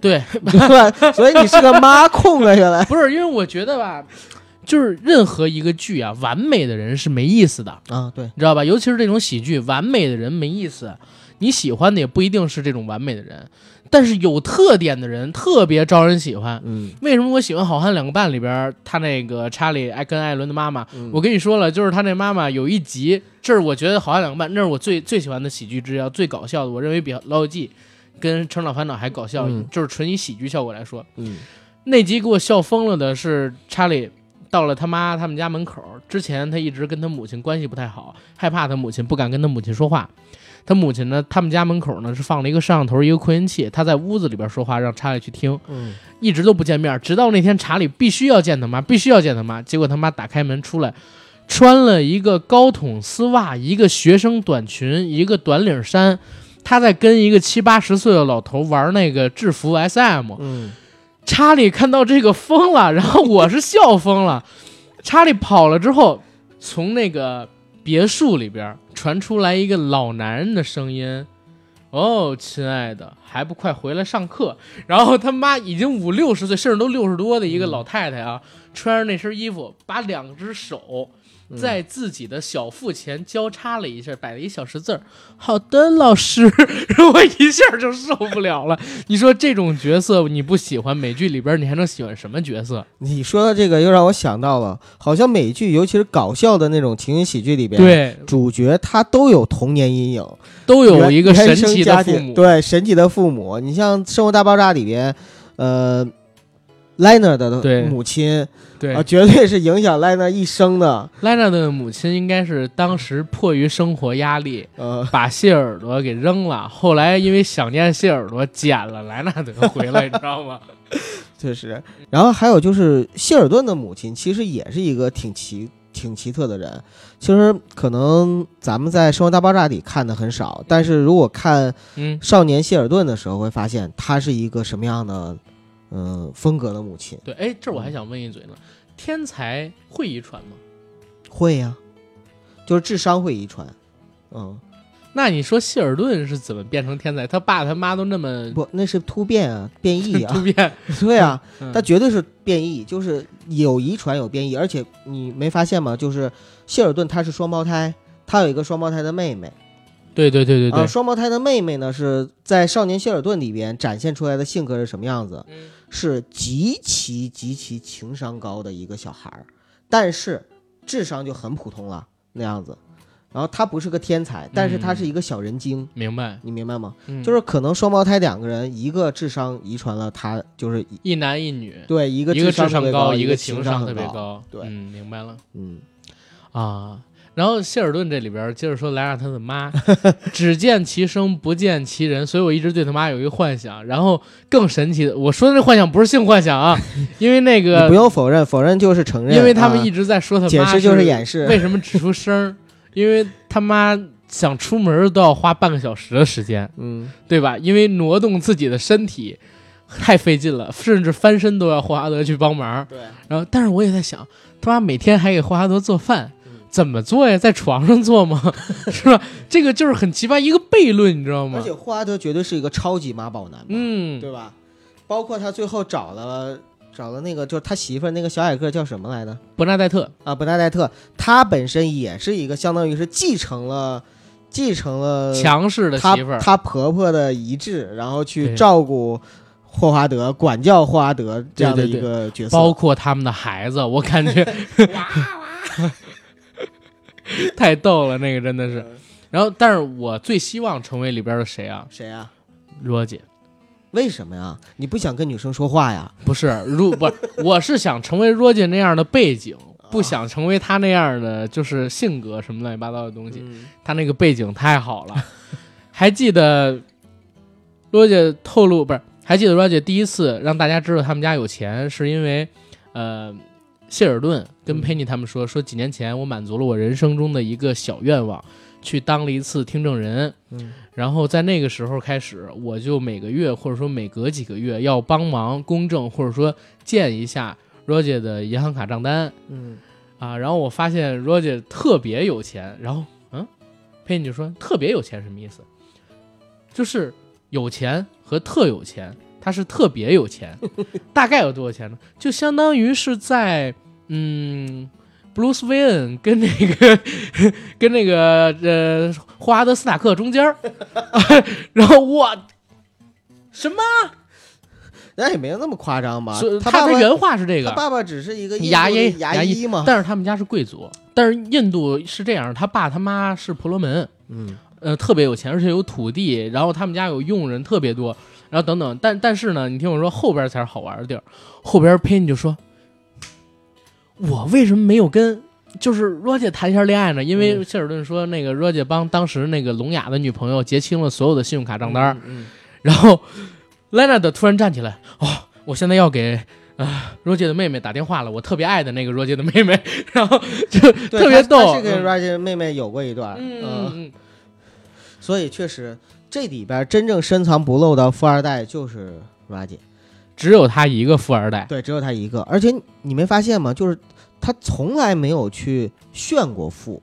[SPEAKER 2] 对，
[SPEAKER 3] 对吧？ <laughs> 所以你是个妈控啊，原来
[SPEAKER 2] 不是因为我觉得吧，就是任何一个剧啊，完美的人是没意思的，
[SPEAKER 3] 啊，对，
[SPEAKER 2] 你知道吧？尤其是这种喜剧，完美的人没意思，你喜欢的也不一定是这种完美的人，但是有特点的人特别招人喜欢。
[SPEAKER 3] 嗯，
[SPEAKER 2] 为什么我喜欢《好汉两个半》里边他那个查理爱跟艾伦的妈妈？
[SPEAKER 3] 嗯
[SPEAKER 2] 我跟你说了，就是他那妈妈有一集，这是我觉得《好汉两个半》，那是我最最喜欢的喜剧之一，最搞笑的，我认为比《老友记》跟《成长烦恼》还搞笑，
[SPEAKER 3] 嗯
[SPEAKER 2] 就是纯以喜剧效果来说。
[SPEAKER 3] 嗯
[SPEAKER 2] 那集给我笑疯了的是查理到了他妈他们家门口之前，他一直跟他母亲关系不太好，害怕他母亲，不敢跟他母亲说话。他母亲呢，他们家门口呢是放了一个摄像头，一个扩音器，他在屋子里边说话，让查理去听，
[SPEAKER 3] 嗯
[SPEAKER 2] 一直都不见面，直到那天查理必须要见他妈，必须要见他妈，结果他妈打开门出来。穿了一个高筒丝袜，一个学生短裙，一个短领衫，他在跟一个七八十岁的老头玩那个制服 SM。
[SPEAKER 3] 嗯
[SPEAKER 2] 查理看到这个疯了， <laughs> 然后我是笑疯了。查理跑了之后，从那个别墅里边传出来一个老男人的声音：“哦，亲爱的，还不快回来上课？”然后他妈已经五六十岁，甚至都六十多的一个老太太啊，穿着那身衣服，把两只手在自己的小腹前交叉了一下，摆了一小十字儿。好的，老师， <laughs> 我一下就受不了了。你说这种角色你不喜欢，美剧里边你还能喜欢什么角色？
[SPEAKER 3] 你说到这个，又让我想到了，好像美剧，尤其是搞笑的那种情景喜剧里边，，
[SPEAKER 2] 对，
[SPEAKER 3] 主角他都有童年阴影，
[SPEAKER 2] 都有
[SPEAKER 3] 原
[SPEAKER 2] 一个神
[SPEAKER 3] 原生
[SPEAKER 2] 奇
[SPEAKER 3] 家
[SPEAKER 2] 的父
[SPEAKER 3] 庭
[SPEAKER 2] 母。
[SPEAKER 3] 对神奇的父母。你像《生活大爆炸》里边，呃，Liner
[SPEAKER 2] 对
[SPEAKER 3] 的母亲
[SPEAKER 2] 对
[SPEAKER 3] 啊，绝对是影响 Liner 一生的。
[SPEAKER 2] 莱娜的母亲应该是当时迫于生活压力，
[SPEAKER 3] 呃，
[SPEAKER 2] 把谢耳朵给扔了，后来因为想念谢耳朵，捡了莱纳德回来，你知道吗？ <laughs>
[SPEAKER 3] 确实。然后还有就是谢尔顿的母亲，其实也是一个挺奇挺奇特的人。其实可能咱们在《生活大爆炸》里看的很少，但是如果看
[SPEAKER 2] 嗯，
[SPEAKER 3] 少年谢尔顿的时候，会发现她是一个什么样的嗯、呃风格的母亲。
[SPEAKER 2] 对，哎，这我还想问一嘴呢，天才会遗传吗？
[SPEAKER 3] 会呀、就是智商会遗传。嗯，
[SPEAKER 2] 那你说谢尔顿是怎么变成天才？他爸他妈都那么
[SPEAKER 3] 不，那是突变啊，变异
[SPEAKER 2] 突
[SPEAKER 3] 啊，
[SPEAKER 2] 变，
[SPEAKER 3] <laughs> 对啊，
[SPEAKER 2] 嗯
[SPEAKER 3] 它绝对是变异，就是有遗传有变异，而且你没发现吗？就是谢尔顿他是双胞胎，他有一个双胞胎的妹妹，
[SPEAKER 2] 对对对对
[SPEAKER 3] 啊，
[SPEAKER 2] 对，
[SPEAKER 3] 双胞胎的妹妹呢是在《少年谢尔顿》里边展现出来的性格是什么样子？
[SPEAKER 2] 嗯
[SPEAKER 3] 是极其极其情商高的一个小孩儿，但是智商就很普通了那样子。然后他不是个天才，但是他是一个小人精，
[SPEAKER 2] 明白，
[SPEAKER 3] 你明白吗？
[SPEAKER 2] 嗯
[SPEAKER 3] 就是可能双胞胎两个人，一个智商遗传了他，就是一
[SPEAKER 2] 一男一女，
[SPEAKER 3] 对一个
[SPEAKER 2] 一个
[SPEAKER 3] 商
[SPEAKER 2] 智
[SPEAKER 3] 特别
[SPEAKER 2] 商
[SPEAKER 3] 高，
[SPEAKER 2] 一
[SPEAKER 3] 一
[SPEAKER 2] 个
[SPEAKER 3] 情
[SPEAKER 2] 情
[SPEAKER 3] 商
[SPEAKER 2] 商
[SPEAKER 3] 很
[SPEAKER 2] 特别
[SPEAKER 3] 高。
[SPEAKER 2] 高。
[SPEAKER 3] 对
[SPEAKER 2] 嗯，明白了
[SPEAKER 3] 嗯，
[SPEAKER 2] 啊。然后谢尔顿这里边接着说莱纳他的
[SPEAKER 3] <laughs>
[SPEAKER 2] 妈，只见其声不见其人，所以我一直对他妈有一个幻想。然后更神奇的，我说的那幻想不是性幻想
[SPEAKER 3] <laughs>
[SPEAKER 2] 啊，因为那
[SPEAKER 3] 你不
[SPEAKER 2] 个，
[SPEAKER 3] 用否认，否认就是承认，
[SPEAKER 2] 因为他们
[SPEAKER 3] 啊
[SPEAKER 2] 一直在说他妈
[SPEAKER 3] 解释就是掩饰
[SPEAKER 2] 为什么只出声儿，因为他妈想出门都要花半个小时的时间，
[SPEAKER 3] 嗯
[SPEAKER 2] 对吧？因为挪动自己的身体太费劲了，甚至翻身都要霍华德去帮忙。
[SPEAKER 3] 对，
[SPEAKER 2] 然后，但是我也在想，他妈每天还给霍华德做饭
[SPEAKER 3] 嗯，
[SPEAKER 2] 怎么做呀？在床上做
[SPEAKER 3] <laughs>
[SPEAKER 2] 吗？是吧？这个就是很奇葩一个悖论，你知道
[SPEAKER 3] 而
[SPEAKER 2] 吗
[SPEAKER 3] 且？霍华德绝对是一个超级妈宝男嘛，
[SPEAKER 2] 嗯，
[SPEAKER 3] 对吧？包括他最后找了找了那个，就是他媳妇儿那个小矮个儿叫什么来着？
[SPEAKER 2] 伯纳戴特，
[SPEAKER 3] 啊，本纳戴特，他本身也是一个相当于是继承了继承了
[SPEAKER 2] 强势的
[SPEAKER 3] 他
[SPEAKER 2] 媳妇儿，
[SPEAKER 3] 呃他婆婆的遗志，然后去
[SPEAKER 2] 对
[SPEAKER 3] 照顾霍华德、管教霍华德这样的一个角
[SPEAKER 2] <laughs>
[SPEAKER 3] 色。
[SPEAKER 2] 包括他们的孩子，我感
[SPEAKER 3] <laughs>
[SPEAKER 2] 觉 <laughs> 太逗了，那个真的是。
[SPEAKER 3] 嗯
[SPEAKER 2] 然后，但是我最希望成为里边的谁啊？
[SPEAKER 3] 谁啊？
[SPEAKER 2] 罗姐。
[SPEAKER 3] 为什么呀？你不想跟女生说话呀？
[SPEAKER 2] 不是，如不是， <laughs> 我是想成为 Roger 那样的背景，
[SPEAKER 3] 啊
[SPEAKER 2] 不想成为他那样的就是性格什么乱七八糟的东西。他那个背景太好了， <laughs> 还记得 Roger 透露不是？还记得 Roger 第一次让大家知道他们家有钱，是因为呃。谢尔顿跟
[SPEAKER 3] 嗯
[SPEAKER 2] 佩妮他们说，说几年前我满足了我人生中的一个小愿望，去当了一次听证人。
[SPEAKER 3] 嗯
[SPEAKER 2] 然后在那个时候开始，我就每个月或者说每隔几个月要帮忙公证或者说建一下 Roger 的银行卡账单
[SPEAKER 3] 嗯
[SPEAKER 2] 啊。然后我发现 Roger 特别有钱，然后嗯，佩妮就说特别有钱什么意思？就是有钱和特有钱他是特别有钱，大概有多少钱呢？就相当于是在嗯。Bruce Wayne 跟那个 <laughs> 跟那个呃霍华德斯塔克中间儿， <laughs> 然后我什么？
[SPEAKER 3] 那也没有那么夸张吧
[SPEAKER 2] 所以？
[SPEAKER 3] 啊爸
[SPEAKER 2] 他
[SPEAKER 3] 爸
[SPEAKER 2] 的原话是这
[SPEAKER 3] 他
[SPEAKER 2] 个，
[SPEAKER 3] 爸爸只是一个印度
[SPEAKER 2] 牙
[SPEAKER 3] 的
[SPEAKER 2] 医
[SPEAKER 3] 牙
[SPEAKER 2] 医
[SPEAKER 3] 嘛，
[SPEAKER 2] 但是他们家是贵族，但是印度是这样，他爸他妈是婆罗门，
[SPEAKER 3] 嗯，
[SPEAKER 2] 呃，特别有钱，而且有土地，然后他们家有佣人特别多，然后等等，但但是呢，你听我说，后边才是好玩的地儿。后边 Pin 就说：“我为什么没有跟就是 Roger 谈一下恋爱呢？因为
[SPEAKER 3] 嗯
[SPEAKER 2] 谢尔顿说那个 Roger 帮当时那个聋哑的女朋友结清了所有的信用卡账单儿，
[SPEAKER 3] 嗯，
[SPEAKER 2] 然后 Leonard 突然站起来，哦，我现在要给啊、呃、Roger 的妹妹打电话了，我特别爱的那个 Roger 的妹妹， <laughs> 然后就
[SPEAKER 3] 嗯对
[SPEAKER 2] 特别
[SPEAKER 3] 他
[SPEAKER 2] 逗
[SPEAKER 3] 他
[SPEAKER 2] 嗯
[SPEAKER 3] 是跟 Roger 妹妹有过一段，
[SPEAKER 2] 嗯
[SPEAKER 3] 嗯，
[SPEAKER 2] 嗯
[SPEAKER 3] 所以确实这里边真正深藏不露的富二代就是 Roger，
[SPEAKER 2] 只有他一个富二代，
[SPEAKER 3] 对，只有他一个，而且你没发现吗？就是他从来没有去炫过富，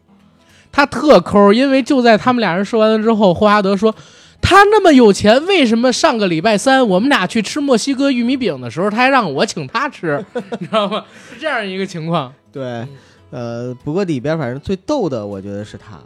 [SPEAKER 2] 他特抠，因为就在他们俩人说完了之后，霍华德说。他那么有钱，为什么上个礼拜三我们俩去吃墨西哥玉米饼的时候，他还让我请他吃， <laughs> 你知道吗？是这样一个情况。嗯
[SPEAKER 3] 对，呃，不过里边反正最逗的，我觉得是他。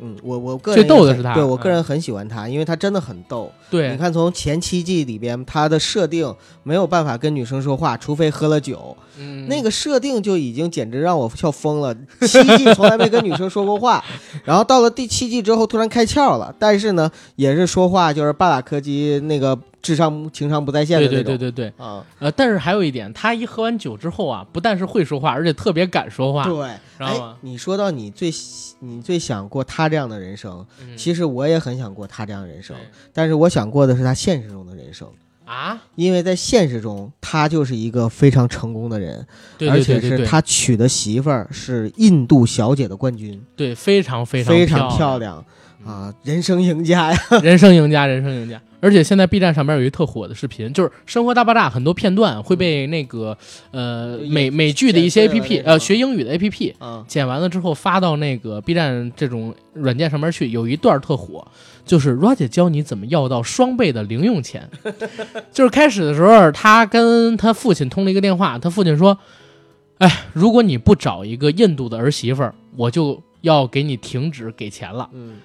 [SPEAKER 3] 嗯，我我个人
[SPEAKER 2] 最逗的
[SPEAKER 3] 也很
[SPEAKER 2] 是他
[SPEAKER 3] 对我
[SPEAKER 2] 嗯
[SPEAKER 3] 个人很喜欢他，因为他真的很逗。你
[SPEAKER 2] 对，
[SPEAKER 3] 看，从前七季里边，他的设定没有办法跟女生说话，除非喝了酒。
[SPEAKER 2] 嗯
[SPEAKER 3] 那个设定就已经简直让我笑疯了。 <laughs> 七季从来没跟女生说
[SPEAKER 2] <laughs>
[SPEAKER 3] 过话，然后到了第七季之后突然开窍了，但是呢，也是说话就是巴拉柯基那个智商情商不在线的
[SPEAKER 2] 对
[SPEAKER 3] 那种
[SPEAKER 2] 对对对对，
[SPEAKER 3] 啊，
[SPEAKER 2] 呃，但是还有一点，他一喝完酒之后啊，不但是会说话，而且特别敢说话。
[SPEAKER 3] 对。
[SPEAKER 2] 然后
[SPEAKER 3] 哎
[SPEAKER 2] 啊，
[SPEAKER 3] 你说到你最喜你最想过他这样的人生，
[SPEAKER 2] 嗯
[SPEAKER 3] 其实我也很想过他这样的人生，
[SPEAKER 2] 对
[SPEAKER 3] 但是我想过的是他现实中的人生。
[SPEAKER 2] 啊，
[SPEAKER 3] 因为在现实中，他就是一个非常成功的人，
[SPEAKER 2] 对对对
[SPEAKER 3] 而
[SPEAKER 2] 对
[SPEAKER 3] 且是
[SPEAKER 2] 对，
[SPEAKER 3] 他娶的媳妇儿是印度小姐的冠军，
[SPEAKER 2] 对非常非
[SPEAKER 3] 非
[SPEAKER 2] 常
[SPEAKER 3] 漂亮啊，人生赢家呀！
[SPEAKER 2] 亮， <laughs> 人生赢家，人生赢家。而且现在 B 站上面有一特火的视频，就是《生活大爆炸》很多片段会被那个呃
[SPEAKER 3] 就
[SPEAKER 2] 美
[SPEAKER 3] 嗯也
[SPEAKER 2] 美剧的一些
[SPEAKER 3] 剪碎了
[SPEAKER 2] APP，
[SPEAKER 3] 那种
[SPEAKER 2] 呃学英语的 APP
[SPEAKER 3] 啊，
[SPEAKER 2] 剪完了之后发到那个 B 站这种软件上面去，有一段特火，就是 Roger 教你怎么要到双倍的零用钱。 <laughs> 就是开始的时候，他跟他父亲通了一个电话，他父亲说：“哎，如果你不找一个印度的儿媳妇儿，我就要给你停止给钱了。”
[SPEAKER 3] 嗯，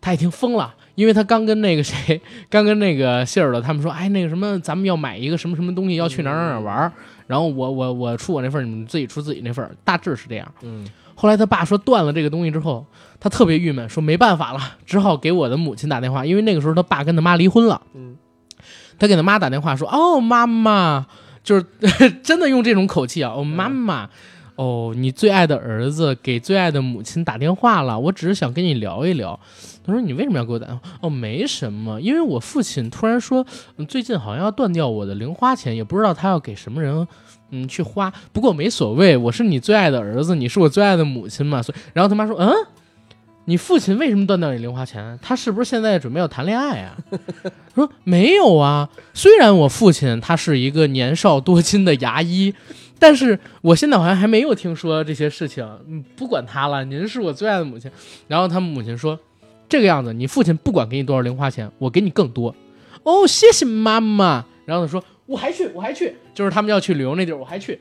[SPEAKER 2] 他已经疯了，因为他刚跟那个谁， <laughs> 刚跟那个谢尔的他们说，哎，那个什么，咱们要买一个什么什么东西，要去哪儿哪儿哪儿玩儿，然后我我我出我那份儿，你们自己出自己那份儿，大致是这样。
[SPEAKER 3] 嗯，
[SPEAKER 2] 后来他爸说断了这个东西之后，他特别郁闷，说没办法了，只好给我的母亲打电话，因为那个时候他爸跟他妈离婚了。
[SPEAKER 3] 嗯，
[SPEAKER 2] 他给他妈打电话说，哦，妈妈，就是 <laughs> 真的用这种口气啊，哦，妈妈。哦，你最爱的儿子给最爱的母亲打电话了，我只是想跟你聊一聊。他说：“你为什么要给我打电话？”哦，没什么，因为我父亲突然说，嗯最近好像要断掉我的零花钱，也不知道他要给什么人，嗯，去花。不过没所谓，我是你最爱的儿子，你是我最爱的母亲嘛。所以，然后他妈说：“嗯，你父亲为什么断掉你零花钱？他是不是现在准备要谈恋爱啊？” <laughs> 他说：“没有啊，虽然我父亲他是一个年少多金的牙医。”但是我现在好像还没有听说这些事情，嗯，不管他了，您是我最爱的母亲。然后他母亲说：“这个样子，你父亲不管给你多少零花钱，我给你更多。哦，谢谢妈妈。然后他说我还去，我还去，就是他们要去旅游那地儿，我还去，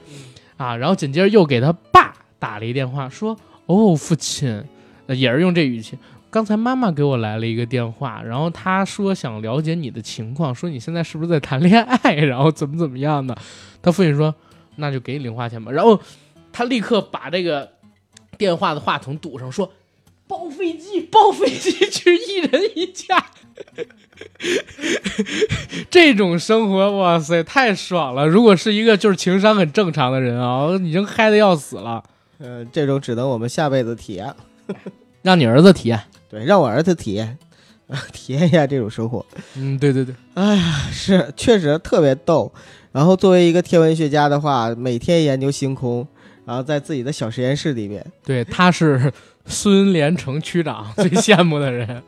[SPEAKER 2] 啊。然后紧接着又给他爸打了一电话，说哦，父亲，呃也是用这语气。刚才妈妈给我来了一个电话，然后她说想了解你的情况，说你现在是不是在谈恋爱，然后怎么怎么样的。他父亲说那就给你零花钱吧。然后他立刻把这个电话的话筒堵上，说包飞机，包飞机去，一人一架。这种生活，哇塞，太爽了！如果是一个就是情商很正常的人啊，我已经嗨的要死了。
[SPEAKER 3] 呃，这种只能我们下辈子体验，
[SPEAKER 2] 让你儿子体验，
[SPEAKER 3] 对，让我儿子体验， <laughs> 啊体验一下这种生活。 <laughs>
[SPEAKER 2] 嗯，对对对，
[SPEAKER 3] 是，确实特别逗。然后作为一个天文学家的话，每天研究星空，然后在自己的小实验室里面，
[SPEAKER 2] 对，他是孙连成区长最羡慕的 <laughs> 人，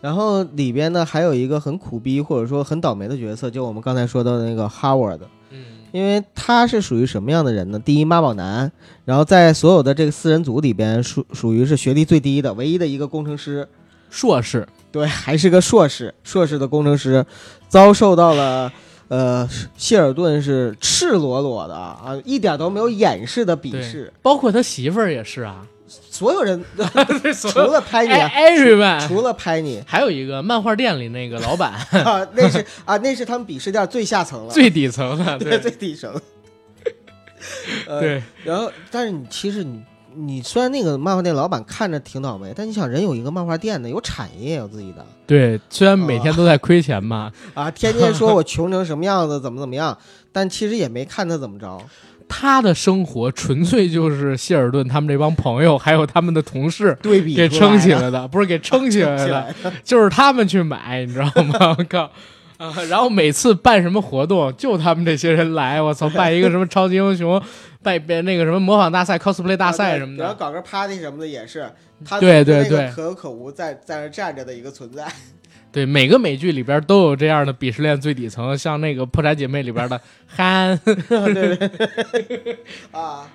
[SPEAKER 3] 然后里边呢还有一个很苦逼或者说很倒霉的角色，就我们刚才说到的那个 Howard，
[SPEAKER 2] 嗯，
[SPEAKER 3] 因为他是属于什么样的人呢？第一，妈宝男，然后在所有的这个四人组里边，属属于是学历最低的，唯一的一个工程师。
[SPEAKER 2] 硕士，
[SPEAKER 3] 对，还是个硕士，硕士的工程师，遭受到了呃谢尔顿是赤裸裸的啊，一点都没有掩饰的鄙
[SPEAKER 2] 对
[SPEAKER 3] 视，
[SPEAKER 2] 包括他媳妇儿也是啊，哎
[SPEAKER 3] 所有人
[SPEAKER 2] <laughs> 除
[SPEAKER 3] 除了拍你啊，
[SPEAKER 2] everyone，
[SPEAKER 3] 除了拍你
[SPEAKER 2] 还有一个漫画店里那个老板
[SPEAKER 3] 啊，那是啊，那是他们鄙视链最下层了，
[SPEAKER 2] <laughs> 最底层 <laughs> 的，
[SPEAKER 3] 对
[SPEAKER 2] 对
[SPEAKER 3] 最底层。呃，
[SPEAKER 2] 对，
[SPEAKER 3] 然后但是你其实你你虽然那个漫画店老板看着挺倒霉，但你想人有一个漫画店的，有产业有自己的
[SPEAKER 2] 对，虽然每天都在亏钱吧，
[SPEAKER 3] 啊，天天说我穷成什么样子，怎么怎么样，但其实也没看他怎么着。
[SPEAKER 2] 他的生活纯粹就是谢尔顿他们这帮朋友还有他们的同事
[SPEAKER 3] 对比
[SPEAKER 2] 给
[SPEAKER 3] 出来
[SPEAKER 2] 撑起
[SPEAKER 3] 的
[SPEAKER 2] 来的，不是给撑起来
[SPEAKER 3] 起
[SPEAKER 2] 的，
[SPEAKER 3] 来
[SPEAKER 2] <laughs> 就是他们去买，你知道吗？ <laughs> 我靠！啊，然后每次办什么活动，就他们这些人来，我操，办一个什么超级英雄， <laughs> 办一办那个什么模仿大赛、cosplay 大赛什么
[SPEAKER 3] 然后
[SPEAKER 2] 的，嗯
[SPEAKER 3] 搞个 party 什么的也是，他
[SPEAKER 2] 对
[SPEAKER 3] 就
[SPEAKER 2] 对
[SPEAKER 3] 是那
[SPEAKER 2] 对
[SPEAKER 3] 个可有可无在在那儿站着的一个存在。
[SPEAKER 2] 对，每个美剧里边都有这样的鄙视链最底层，像那个《破产姐妹》里边的 <laughs> 憨，
[SPEAKER 3] 对对啊，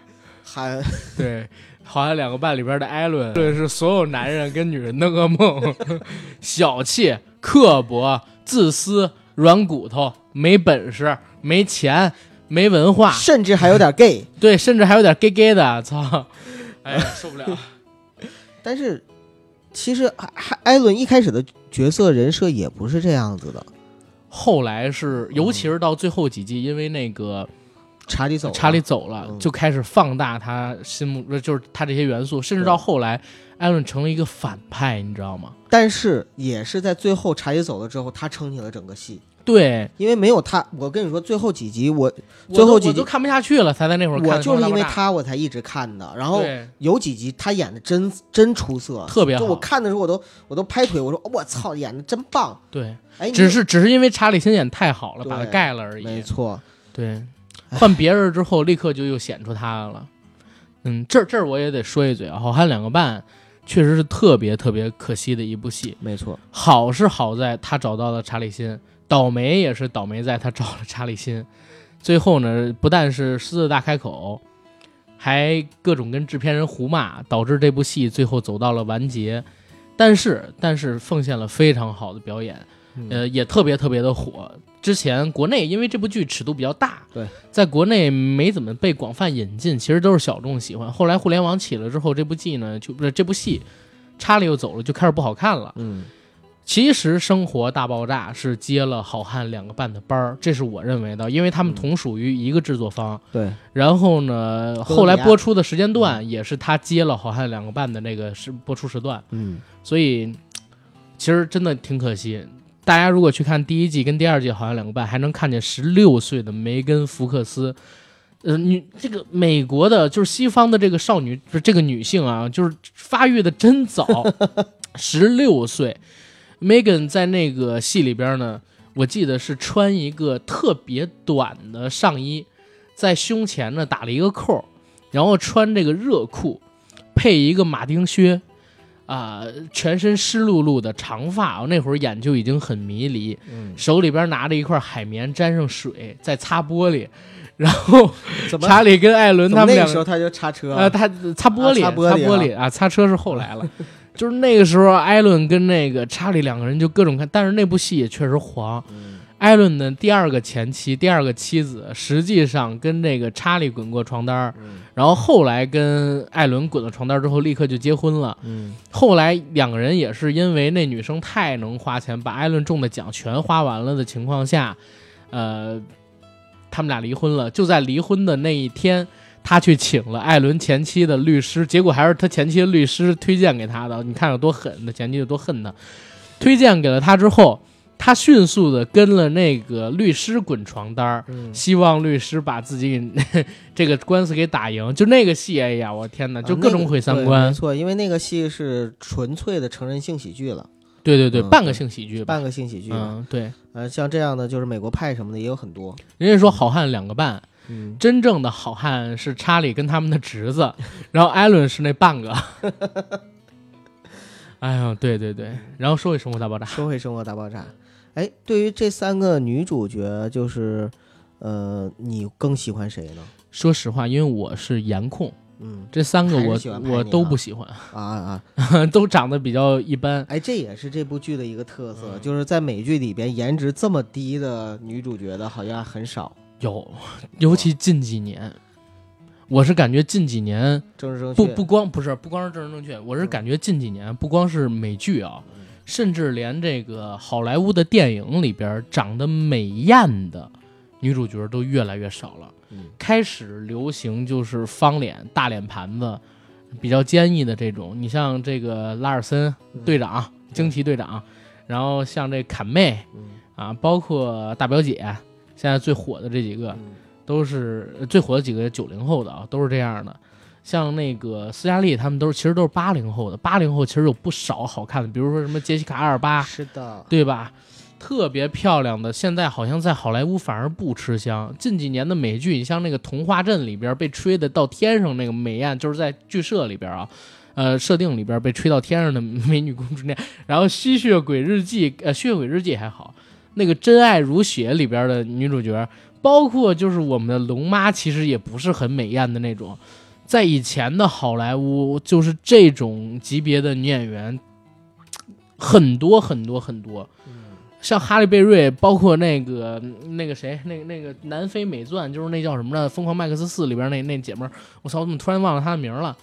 [SPEAKER 3] 还
[SPEAKER 2] <laughs> 对，《好像两个半》里边的艾伦，这是所有男人跟女人的噩梦， <laughs> 小气、刻薄、自私、软骨头、没本事、没钱、没文化，
[SPEAKER 3] 甚至还有点 gay，
[SPEAKER 2] 对，甚至还有点 gay gay 的，
[SPEAKER 3] <laughs>
[SPEAKER 2] 操！哎呀，受不了。
[SPEAKER 3] 但是其实还还艾伦一开始的角色人设也不是这样子的。
[SPEAKER 2] <laughs> 后来是，尤其是到最后几季，因为那个
[SPEAKER 3] 查理走了，
[SPEAKER 2] 查理走了，
[SPEAKER 3] 嗯
[SPEAKER 2] 就开始放大他心目，呃就是他这些元素，甚至
[SPEAKER 3] 对
[SPEAKER 2] 到后来，艾伦成了一个反派，你知道吗？
[SPEAKER 3] 但是也是在最后查理走了之后，他撑起了整个戏，
[SPEAKER 2] 对，
[SPEAKER 3] 因为没有他，我跟你说，最后几集我
[SPEAKER 2] 我
[SPEAKER 3] 最后
[SPEAKER 2] 都
[SPEAKER 3] 几
[SPEAKER 2] 我
[SPEAKER 3] 集
[SPEAKER 2] 都看不下去了，才在那会儿看
[SPEAKER 3] 我
[SPEAKER 2] 的时候
[SPEAKER 3] 就是因为
[SPEAKER 2] 拉不大，
[SPEAKER 3] 他我才一直看的，然后。
[SPEAKER 2] 对
[SPEAKER 3] 有几集他演的真真出色，
[SPEAKER 2] 特别好
[SPEAKER 3] 就我看的时候，我都我都拍腿，我说我操，演的真棒！
[SPEAKER 2] 对，
[SPEAKER 3] 哎，你
[SPEAKER 2] 只是只是因为查理心眼太好了，把他
[SPEAKER 3] 对
[SPEAKER 2] 盖了而
[SPEAKER 3] 没
[SPEAKER 2] 已。
[SPEAKER 3] 错，
[SPEAKER 2] 对，换别人之后，立刻就又显出他了。嗯，这这儿我也得说一嘴啊，《好汉两个半》确实是特别特别可惜的一部戏。
[SPEAKER 3] 没错，
[SPEAKER 2] 好是好在他找到了查理辛，倒霉也是倒霉在他找了查理辛。最后呢，不但是狮子大开口，还各种跟制片人胡骂，导致这部戏最后走到了完结。但是，但是奉献了非常好的表演，呃，也特别特别的火。之前国内因为这部剧尺度比较大，
[SPEAKER 3] 对，
[SPEAKER 2] 在国内没怎么被广泛引进，其实都是小众喜欢。后来互联网起了之后，这部剧呢，就不是这部戏，查理又走了，就开始不好看了。
[SPEAKER 3] 嗯，
[SPEAKER 2] 其实《生活大爆炸》是接了《好汉两个半》的班儿，这是我认为的，因为他们同属于一个制作方。
[SPEAKER 3] 对，
[SPEAKER 2] 然后呢，
[SPEAKER 3] 哥
[SPEAKER 2] 后来
[SPEAKER 3] 伦比亚
[SPEAKER 2] 播出的时间段也是他接了《好汉两个半》的那个时播出时段，
[SPEAKER 3] 嗯，
[SPEAKER 2] 所以其实真的挺可惜。大家如果去看第一季跟第二季《好汉两个半》，还能看见十六岁的梅根·福克斯，呃，女这个美国的，就是西方的这个少女，不是这个女性啊，就是发育的真早，十六岁。Megan 在那个戏里边呢，我记得是穿一个特别短的上衣，在胸前呢打了一个扣儿，然后穿这个热裤，配一个马丁靴，啊、全身湿漉漉的长发，那会儿眼就已经很迷离，
[SPEAKER 3] 嗯
[SPEAKER 2] 手里边拿着一块海绵，沾上水在擦玻璃，然后
[SPEAKER 3] 怎么
[SPEAKER 2] 查理跟艾伦
[SPEAKER 3] 怎
[SPEAKER 2] 他
[SPEAKER 3] 么
[SPEAKER 2] 们
[SPEAKER 3] 那
[SPEAKER 2] 两
[SPEAKER 3] 个
[SPEAKER 2] 个
[SPEAKER 3] 时候他就叉车啊
[SPEAKER 2] 呃，他擦玻璃，
[SPEAKER 3] 啊擦玻璃
[SPEAKER 2] 擦
[SPEAKER 3] 啊
[SPEAKER 2] 玻璃啊，擦车是后来了。 <laughs> 就是那个时候，艾伦跟那个查理两个人就各种看，但是那部戏也确实黄。
[SPEAKER 3] 嗯
[SPEAKER 2] 艾伦的第二个前妻、第二个妻子，实际上跟那个查理滚过床单儿，
[SPEAKER 3] 嗯
[SPEAKER 2] 然后后来跟艾伦滚了床单儿之后，立刻就结婚了。
[SPEAKER 3] 嗯，
[SPEAKER 2] 后来两个人也是因为那女生太能花钱，把艾伦中的奖全花完了的情况下，呃，他们俩离婚了。就在离婚的那一天，他去请了艾伦前妻的律师，结果还是他前妻的律师推荐给他的。你看有多狠，他前妻有多恨他。推荐给了他之后，他迅速的跟了那个律师滚床单儿，
[SPEAKER 3] 嗯
[SPEAKER 2] 希望律师把自己给这个官司给打赢。就那个戏，哎呀，我天哪，就各种毁三
[SPEAKER 3] 呃啊那个对
[SPEAKER 2] 观
[SPEAKER 3] 没。错，因为那个戏是纯粹的成人性喜剧了，
[SPEAKER 2] 对对对，
[SPEAKER 3] 嗯
[SPEAKER 2] 半个性喜剧吧。
[SPEAKER 3] 半个性喜剧。
[SPEAKER 2] 嗯，对，
[SPEAKER 3] 呃，像这样的就是美国派什么的也有很多。
[SPEAKER 2] 人家说好汉两个半， <laughs>
[SPEAKER 3] 嗯，
[SPEAKER 2] 真正的好汉是查理跟他们的侄
[SPEAKER 3] <laughs>
[SPEAKER 2] 子，然后艾伦是那半个。哎呦，对对对，然后说回《生活大爆炸》，
[SPEAKER 3] 说回《生活大爆炸》，哎，对于这三个女主角，就是呃，你更喜欢谁呢？
[SPEAKER 2] 说实话，因为我是颜控，
[SPEAKER 3] 嗯
[SPEAKER 2] 这三个
[SPEAKER 3] 还
[SPEAKER 2] 我
[SPEAKER 3] 是喜欢排名啊
[SPEAKER 2] 我都不喜欢， <laughs>
[SPEAKER 3] 啊啊啊！
[SPEAKER 2] 都长得比较一般。
[SPEAKER 3] 哎，这也是这部剧的一个特色，
[SPEAKER 2] 嗯
[SPEAKER 3] 就是在美剧里边颜值这么低的女主角的好像很少。
[SPEAKER 2] 有，尤其近几年，我是感觉近几年
[SPEAKER 3] 政治正
[SPEAKER 2] 不
[SPEAKER 3] 确
[SPEAKER 2] 不光不是不光是政治正确，我是
[SPEAKER 3] 嗯
[SPEAKER 2] 感觉近几年不光是美剧啊
[SPEAKER 3] 嗯，
[SPEAKER 2] 甚至连这个好莱坞的电影里边长得美艳的女主角都越来越少了。
[SPEAKER 3] 嗯
[SPEAKER 2] 开始流行就是方脸、大脸盘子，比较坚毅的这种。你像这个拉尔森
[SPEAKER 3] 嗯
[SPEAKER 2] 队长、惊奇队长，然后像这坎妹
[SPEAKER 3] 嗯
[SPEAKER 2] 啊，包括大表姐，现在最火的这几个
[SPEAKER 3] 嗯
[SPEAKER 2] 都是呃最火的几个九零后的啊，都是这样的。像那个斯嘉丽，他们都是其实都是八零后的，八零后其实有不少好看的，比如说什么杰西卡·阿尔巴，
[SPEAKER 3] 是的，
[SPEAKER 2] 对吧？特别漂亮的，现在好像在好莱坞反而不吃香。近几年的美剧，你像那个《童话镇》里边被吹的到天上那个美艳，就是在剧社里边啊，呃，设定里边被吹到天上的美女公主那样。然后《吸血鬼日记》呃，《吸血鬼日记》还好，那个《真爱如血》里边的女主角，包括就是我们的龙妈，其实也不是很美艳的那种。在以前的好莱坞，就是这种级别的女演员很多很多很多。
[SPEAKER 3] 嗯
[SPEAKER 2] 像哈利贝瑞，包括那个那个谁，那个那个南非美钻，就是那叫什么呢，《疯狂麦克斯四》里边那那姐们儿，我操，我怎么突然忘了她的名儿了？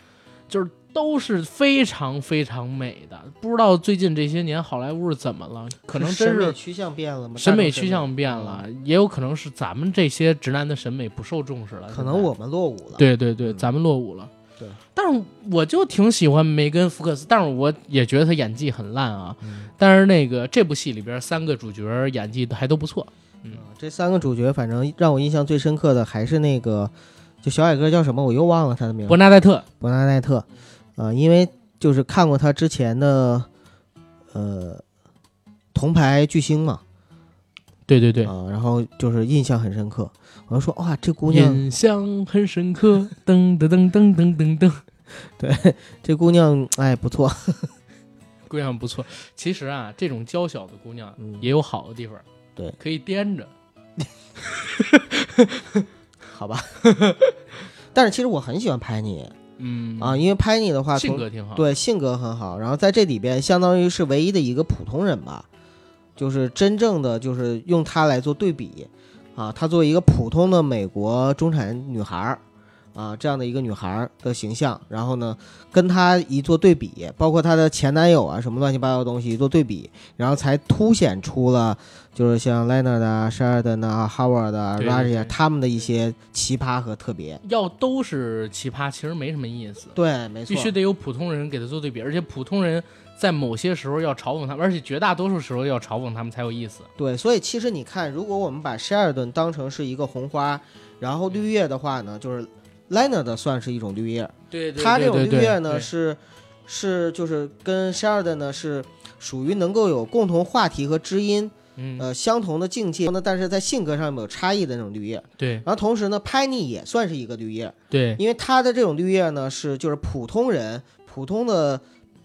[SPEAKER 2] 就是都是非常非常美的，不知道最近这些年好莱坞是怎么了，可能真
[SPEAKER 3] 审美
[SPEAKER 2] 是
[SPEAKER 3] 趋向变了吗？
[SPEAKER 2] 审美
[SPEAKER 3] 大众嗯
[SPEAKER 2] 趋向变了，，也有可能是咱们这些直男的审美不受重视了。
[SPEAKER 3] 嗯可
[SPEAKER 2] 现
[SPEAKER 3] 能
[SPEAKER 2] 在
[SPEAKER 3] 我们落伍了。，
[SPEAKER 2] 对对对，
[SPEAKER 3] 嗯
[SPEAKER 2] 咱们落伍了。
[SPEAKER 3] 对，
[SPEAKER 2] 但是我就挺喜欢梅根·福克斯，但是我也觉得她演技很烂啊。
[SPEAKER 3] 嗯
[SPEAKER 2] 但是那个这部戏里边三个主角演技还都不错。
[SPEAKER 3] 啊这三个主角，反正让我印象最深刻的还是那个，就小矮个叫什么，我又忘了他的名字
[SPEAKER 2] 伯。纳戴特，
[SPEAKER 3] 伯纳奈特，呃，因为就是看过他之前的，呃，铜牌巨星嘛，
[SPEAKER 2] 对对对，
[SPEAKER 3] 啊、然后就是印象很深刻。我就说哇，这姑娘， <laughs>
[SPEAKER 2] 印象很深刻。噔噔噔噔噔噔噔，
[SPEAKER 3] 这姑娘，哎，不错，
[SPEAKER 2] 姑娘不错。其实啊，这种娇小的姑娘
[SPEAKER 3] 嗯
[SPEAKER 2] 也有好的地方，
[SPEAKER 3] 对
[SPEAKER 2] 可以掂着。
[SPEAKER 3] 好吧。 <laughs> 但是其实我很喜欢拍你
[SPEAKER 2] 嗯
[SPEAKER 3] 啊，，因为拍你的话，
[SPEAKER 2] 性
[SPEAKER 3] 从
[SPEAKER 2] 格挺好。
[SPEAKER 3] 对性格很好，然后在这里边相当于是唯一的一个普通人吧，就是真正的就是用她来做对比啊，她作为一个普通的美国中产女孩儿啊这样的一个女孩儿的形象，然后呢跟她一做对比，包括她的前男友啊什么乱七八糟的东西一做对比，然后才凸显出了就是像 Leonard 啊、Sheridan 啊、Howard 啊、
[SPEAKER 2] 对
[SPEAKER 3] r a
[SPEAKER 2] 对
[SPEAKER 3] j
[SPEAKER 2] 对
[SPEAKER 3] a 他们的一些奇葩和特别。
[SPEAKER 2] 要都是奇葩，其实没什么意思。
[SPEAKER 3] 对，没错，
[SPEAKER 2] 必须得有普通人给他做对比，而且普通人在某些时候要嘲讽他们，而且绝大多数时候要嘲讽他们才有意思。
[SPEAKER 3] 对，所以其实你看，如果我们把 Sheridan 当成是一个红花，然后绿叶的话呢，就是 Leonard 算是一种绿叶，
[SPEAKER 2] 对
[SPEAKER 3] 他这种绿叶呢是是就是跟 Sheridan 呢是属于能够有共同话题和知音，
[SPEAKER 2] 嗯，
[SPEAKER 3] 呃，相同的境界，那但是在性格上有差异的那种绿叶。
[SPEAKER 2] 对
[SPEAKER 3] 然后同时呢，Penny 也算是一个绿叶，
[SPEAKER 2] 对
[SPEAKER 3] 因为他的这种绿叶呢是就是普通人普通的。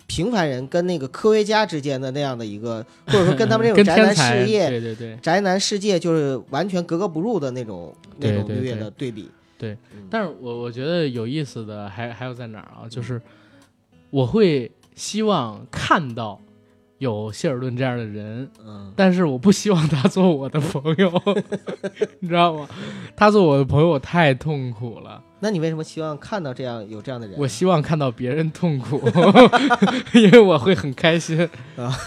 [SPEAKER 3] 平凡人跟那个科学家之间的那样的一个，或者说跟他们这种
[SPEAKER 2] <laughs> 跟
[SPEAKER 3] 宅
[SPEAKER 2] 天
[SPEAKER 3] 男
[SPEAKER 2] 才
[SPEAKER 3] 事业
[SPEAKER 2] 对对对。
[SPEAKER 3] 宅男世界就是完全格格不入的那种那
[SPEAKER 2] 对
[SPEAKER 3] 种
[SPEAKER 2] 对
[SPEAKER 3] 绿叶
[SPEAKER 2] 对
[SPEAKER 3] 的对比。
[SPEAKER 2] 对
[SPEAKER 3] 嗯，
[SPEAKER 2] 但是我我觉得有意思的还还有在哪儿啊？就是我会希望看到有谢尔顿这样的人，
[SPEAKER 3] 嗯，
[SPEAKER 2] 但是我不希望他做我的朋友， <laughs> 你知道吗？他做我的朋友，我太痛苦了。
[SPEAKER 3] 那你为什么希望看到这样有这样的人？
[SPEAKER 2] 我希望看到别人痛苦， <laughs> 因为我会很开心
[SPEAKER 3] 啊。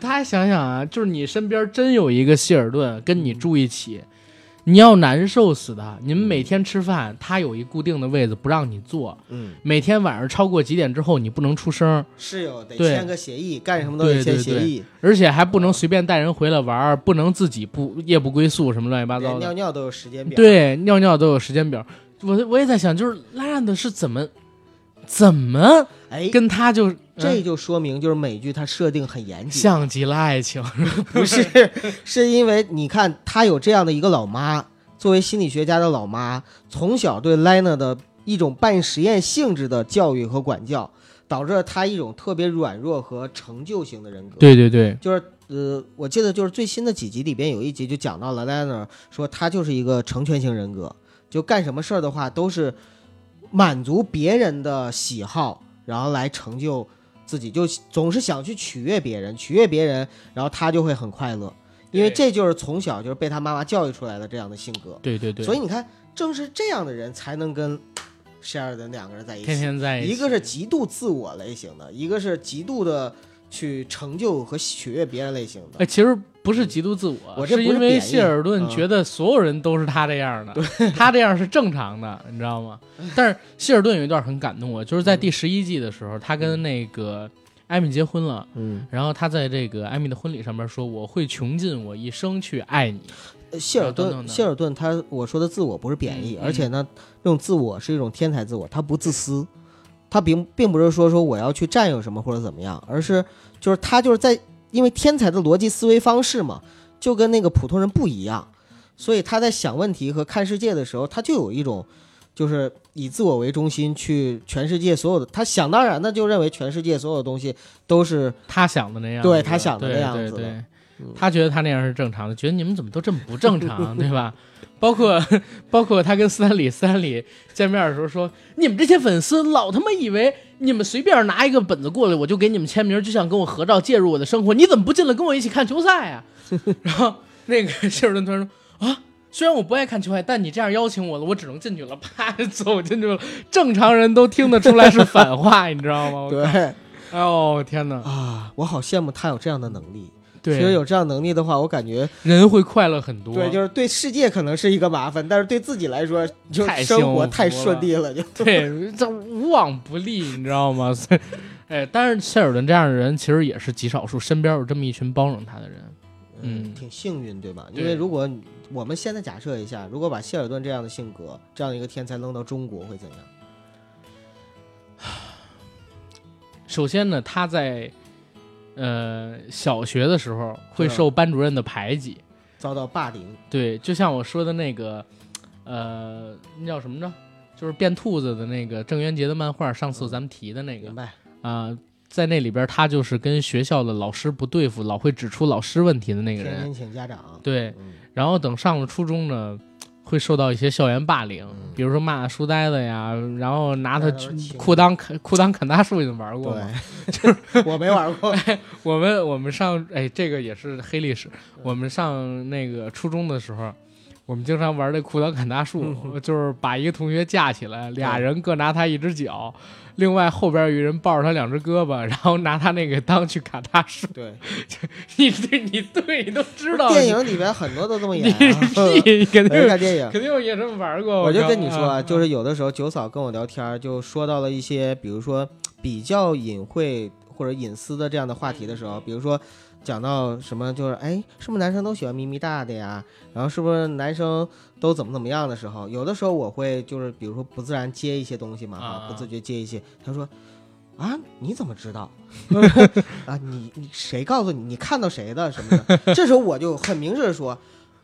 [SPEAKER 2] 大家想想啊，就是你身边真有一个希尔顿跟你住一起，
[SPEAKER 3] 嗯
[SPEAKER 2] 你要难受死他。你们每天吃饭，他有一固定的位子不让你坐，
[SPEAKER 3] 嗯，
[SPEAKER 2] 每天晚上超过几点之后你不能出声，
[SPEAKER 3] 室友得
[SPEAKER 2] 对
[SPEAKER 3] 签个协议，干什么都
[SPEAKER 2] 对
[SPEAKER 3] 得签
[SPEAKER 2] 对
[SPEAKER 3] 协
[SPEAKER 2] 对
[SPEAKER 3] 议，
[SPEAKER 2] 而且还不能随便带人回来玩儿，不能自己不夜不归宿什么乱七八糟的
[SPEAKER 3] 连尿。尿都有时间表。，
[SPEAKER 2] 对，尿尿都有时间表。我我也在想，就是烂的是怎么怎么
[SPEAKER 3] 哎，
[SPEAKER 2] 跟他就
[SPEAKER 3] 这就说明就是美剧它设定
[SPEAKER 2] <laughs>
[SPEAKER 3] 很严谨，
[SPEAKER 2] 像极了爱情。 <laughs>
[SPEAKER 3] 不是是因为你看他有这样的一个老妈，作为心理学家的老妈，从小对 Lena 的一种半实验性质的教育和管教，导致了他一种特别软弱和成就型的人格。
[SPEAKER 2] 对对对，
[SPEAKER 3] 就是呃，我记得就是最新的几集里边有一集就讲到了 l e n a 说他就是一个成全型人格，就干什么事儿的话都是满足别人的喜好，然后来成就自己，就总是想去取悦别人，取悦别人，然后他就会很快乐，因为
[SPEAKER 2] 对
[SPEAKER 3] 这就是从小就是被他妈妈教育出来的这样的性格。
[SPEAKER 2] 对对对，
[SPEAKER 3] 所以你看，正是这样的人才能跟 Sheridan 两个人在一起，
[SPEAKER 2] 天天在
[SPEAKER 3] 一
[SPEAKER 2] 起
[SPEAKER 3] 个是极度自我类型的，一个是极度的去成就和取悦别人类型的。
[SPEAKER 2] 哎，其实不是极度自我，
[SPEAKER 3] 我
[SPEAKER 2] 是
[SPEAKER 3] 这不是
[SPEAKER 2] 因为
[SPEAKER 3] 贬义
[SPEAKER 2] 谢尔顿
[SPEAKER 3] 嗯
[SPEAKER 2] 觉得所有人都是他这样的， <laughs> 他这样是正常的，你知道吗？
[SPEAKER 3] 嗯
[SPEAKER 2] 但是谢尔顿有一段很感动我，就是在第十一季的时候，他跟那个艾米结婚了。
[SPEAKER 3] 嗯，
[SPEAKER 2] 然后他在这个艾米的婚礼上面说：“我会穷尽我一生去爱你。
[SPEAKER 3] 呃谢尔
[SPEAKER 2] 啊等等
[SPEAKER 3] 顿，
[SPEAKER 2] 等
[SPEAKER 3] 谢尔顿他我说的自我不是贬义，
[SPEAKER 2] 嗯嗯
[SPEAKER 3] 而且呢，这种自我是一种天才自我，他不自私，他并并不是说说我要去占有什么或者怎么样，而是就是他就是在因为天才的逻辑思维方式嘛，就跟那个普通人不一样，所以他在想问题和看世界的时候，他就有一种就是以自我为中心去全世界所有的，他想当然的就认为全世界所有的东西都是”
[SPEAKER 2] 他想的那样子，
[SPEAKER 3] 对他想的
[SPEAKER 2] 对
[SPEAKER 3] 那样子的
[SPEAKER 2] 对对
[SPEAKER 3] 嗯
[SPEAKER 2] 他觉得他那样是正常的，觉得你们怎么都这么不正常， <laughs> 对吧？包括 <laughs> 包括他跟斯坦李斯坦李见面的时候说，你们这些粉丝老他妈以为你们随便拿一个本子过来，我就给你们签名，就想跟我合照介入我的生活，你怎么不进来跟我一起看球赛啊？ <laughs> 然后那个谢尔顿突然说啊。虽然我不爱看球赛，但你这样邀请我了，我只能进去了，啪就走进去了。正常人都听得出来是反话，你知道吗？
[SPEAKER 3] 对
[SPEAKER 2] 哎呦天哪！
[SPEAKER 3] 啊，我好羡慕他有这样的能力。
[SPEAKER 2] 对，
[SPEAKER 3] 其实有这样能力的话，我感觉
[SPEAKER 2] 人会快乐很多。
[SPEAKER 3] 对，就是对世界可能是一个麻烦，但是对自己来说，就
[SPEAKER 2] 太幸
[SPEAKER 3] 生活
[SPEAKER 2] 福
[SPEAKER 3] 太
[SPEAKER 2] 了
[SPEAKER 3] 顺利了，就
[SPEAKER 2] 对，这无往不利，你知道吗？所以，哎，但是谢尔顿这样的人其实也是极少数，身边有这么一群包容他的人。 <laughs> 嗯
[SPEAKER 3] 挺幸运，对吧？
[SPEAKER 2] 对
[SPEAKER 3] 因为如果你我们现在假设一下，如果把谢尔顿这样的性格、这样一个天才扔到中国会怎样？
[SPEAKER 2] 首先呢，他在呃小学的时候会
[SPEAKER 3] 对
[SPEAKER 2] 受班主任的排挤，
[SPEAKER 3] 遭到霸凌，
[SPEAKER 2] 对，就像我说的那个，呃，那叫什么着？就是变兔子的那个郑渊洁的漫画，
[SPEAKER 3] 嗯
[SPEAKER 2] 上次咱们提的那个
[SPEAKER 3] 明白？
[SPEAKER 2] 啊、在那里边他就是跟学校的老师不对付，老会指出老师问题的那个
[SPEAKER 3] 天
[SPEAKER 2] 人。
[SPEAKER 3] 天请家长，
[SPEAKER 2] 对， <laughs>
[SPEAKER 3] 嗯，
[SPEAKER 2] 然后等上了初中呢，会受到一些校园霸凌，
[SPEAKER 3] 嗯
[SPEAKER 2] 比如说骂书呆子呀，然后拿他
[SPEAKER 3] 拿他欺负
[SPEAKER 2] 裤裆啃裤裆啃大树，你们玩过吗？
[SPEAKER 3] 对，我没玩
[SPEAKER 2] <laughs>
[SPEAKER 3] 过，
[SPEAKER 2] 我们我们上哎，这个也是黑历史。我们上那个初中的时候。我们经常玩这裤裆砍大树，
[SPEAKER 3] 嗯
[SPEAKER 2] 就是把一个同学架起来，俩人各拿他一只脚，另外后边有一人抱着他两只胳膊，然后拿他那个裆去砍大树。 <laughs>
[SPEAKER 3] 对，
[SPEAKER 2] 你对，你对，你都知道。
[SPEAKER 3] 电影里边很多都这么演、
[SPEAKER 2] 你
[SPEAKER 3] 啊， <laughs>
[SPEAKER 2] 你屁，肯
[SPEAKER 3] 我就
[SPEAKER 2] 定
[SPEAKER 3] 看电影。
[SPEAKER 2] 肯定也这么玩过。
[SPEAKER 3] 我就跟你
[SPEAKER 2] 靠
[SPEAKER 3] 说啊，
[SPEAKER 2] 啊
[SPEAKER 3] 就是有的时候九嫂跟我聊天儿，就说到了一些，比如说比较隐晦或者隐私的这样的话题的时候，比如说讲到什么，就是哎，是不是男生都喜欢咪咪大的呀？然后是不是男生都怎么怎么样的时候，有的时候我会就是比如说不自然接一些东西嘛，
[SPEAKER 2] 啊
[SPEAKER 3] 哈，不自觉接一些。他说。啊，你怎么知道？ <laughs> 啊，你你谁告诉你？你看到谁的什么的？ <laughs> 这时候我就很明确的说，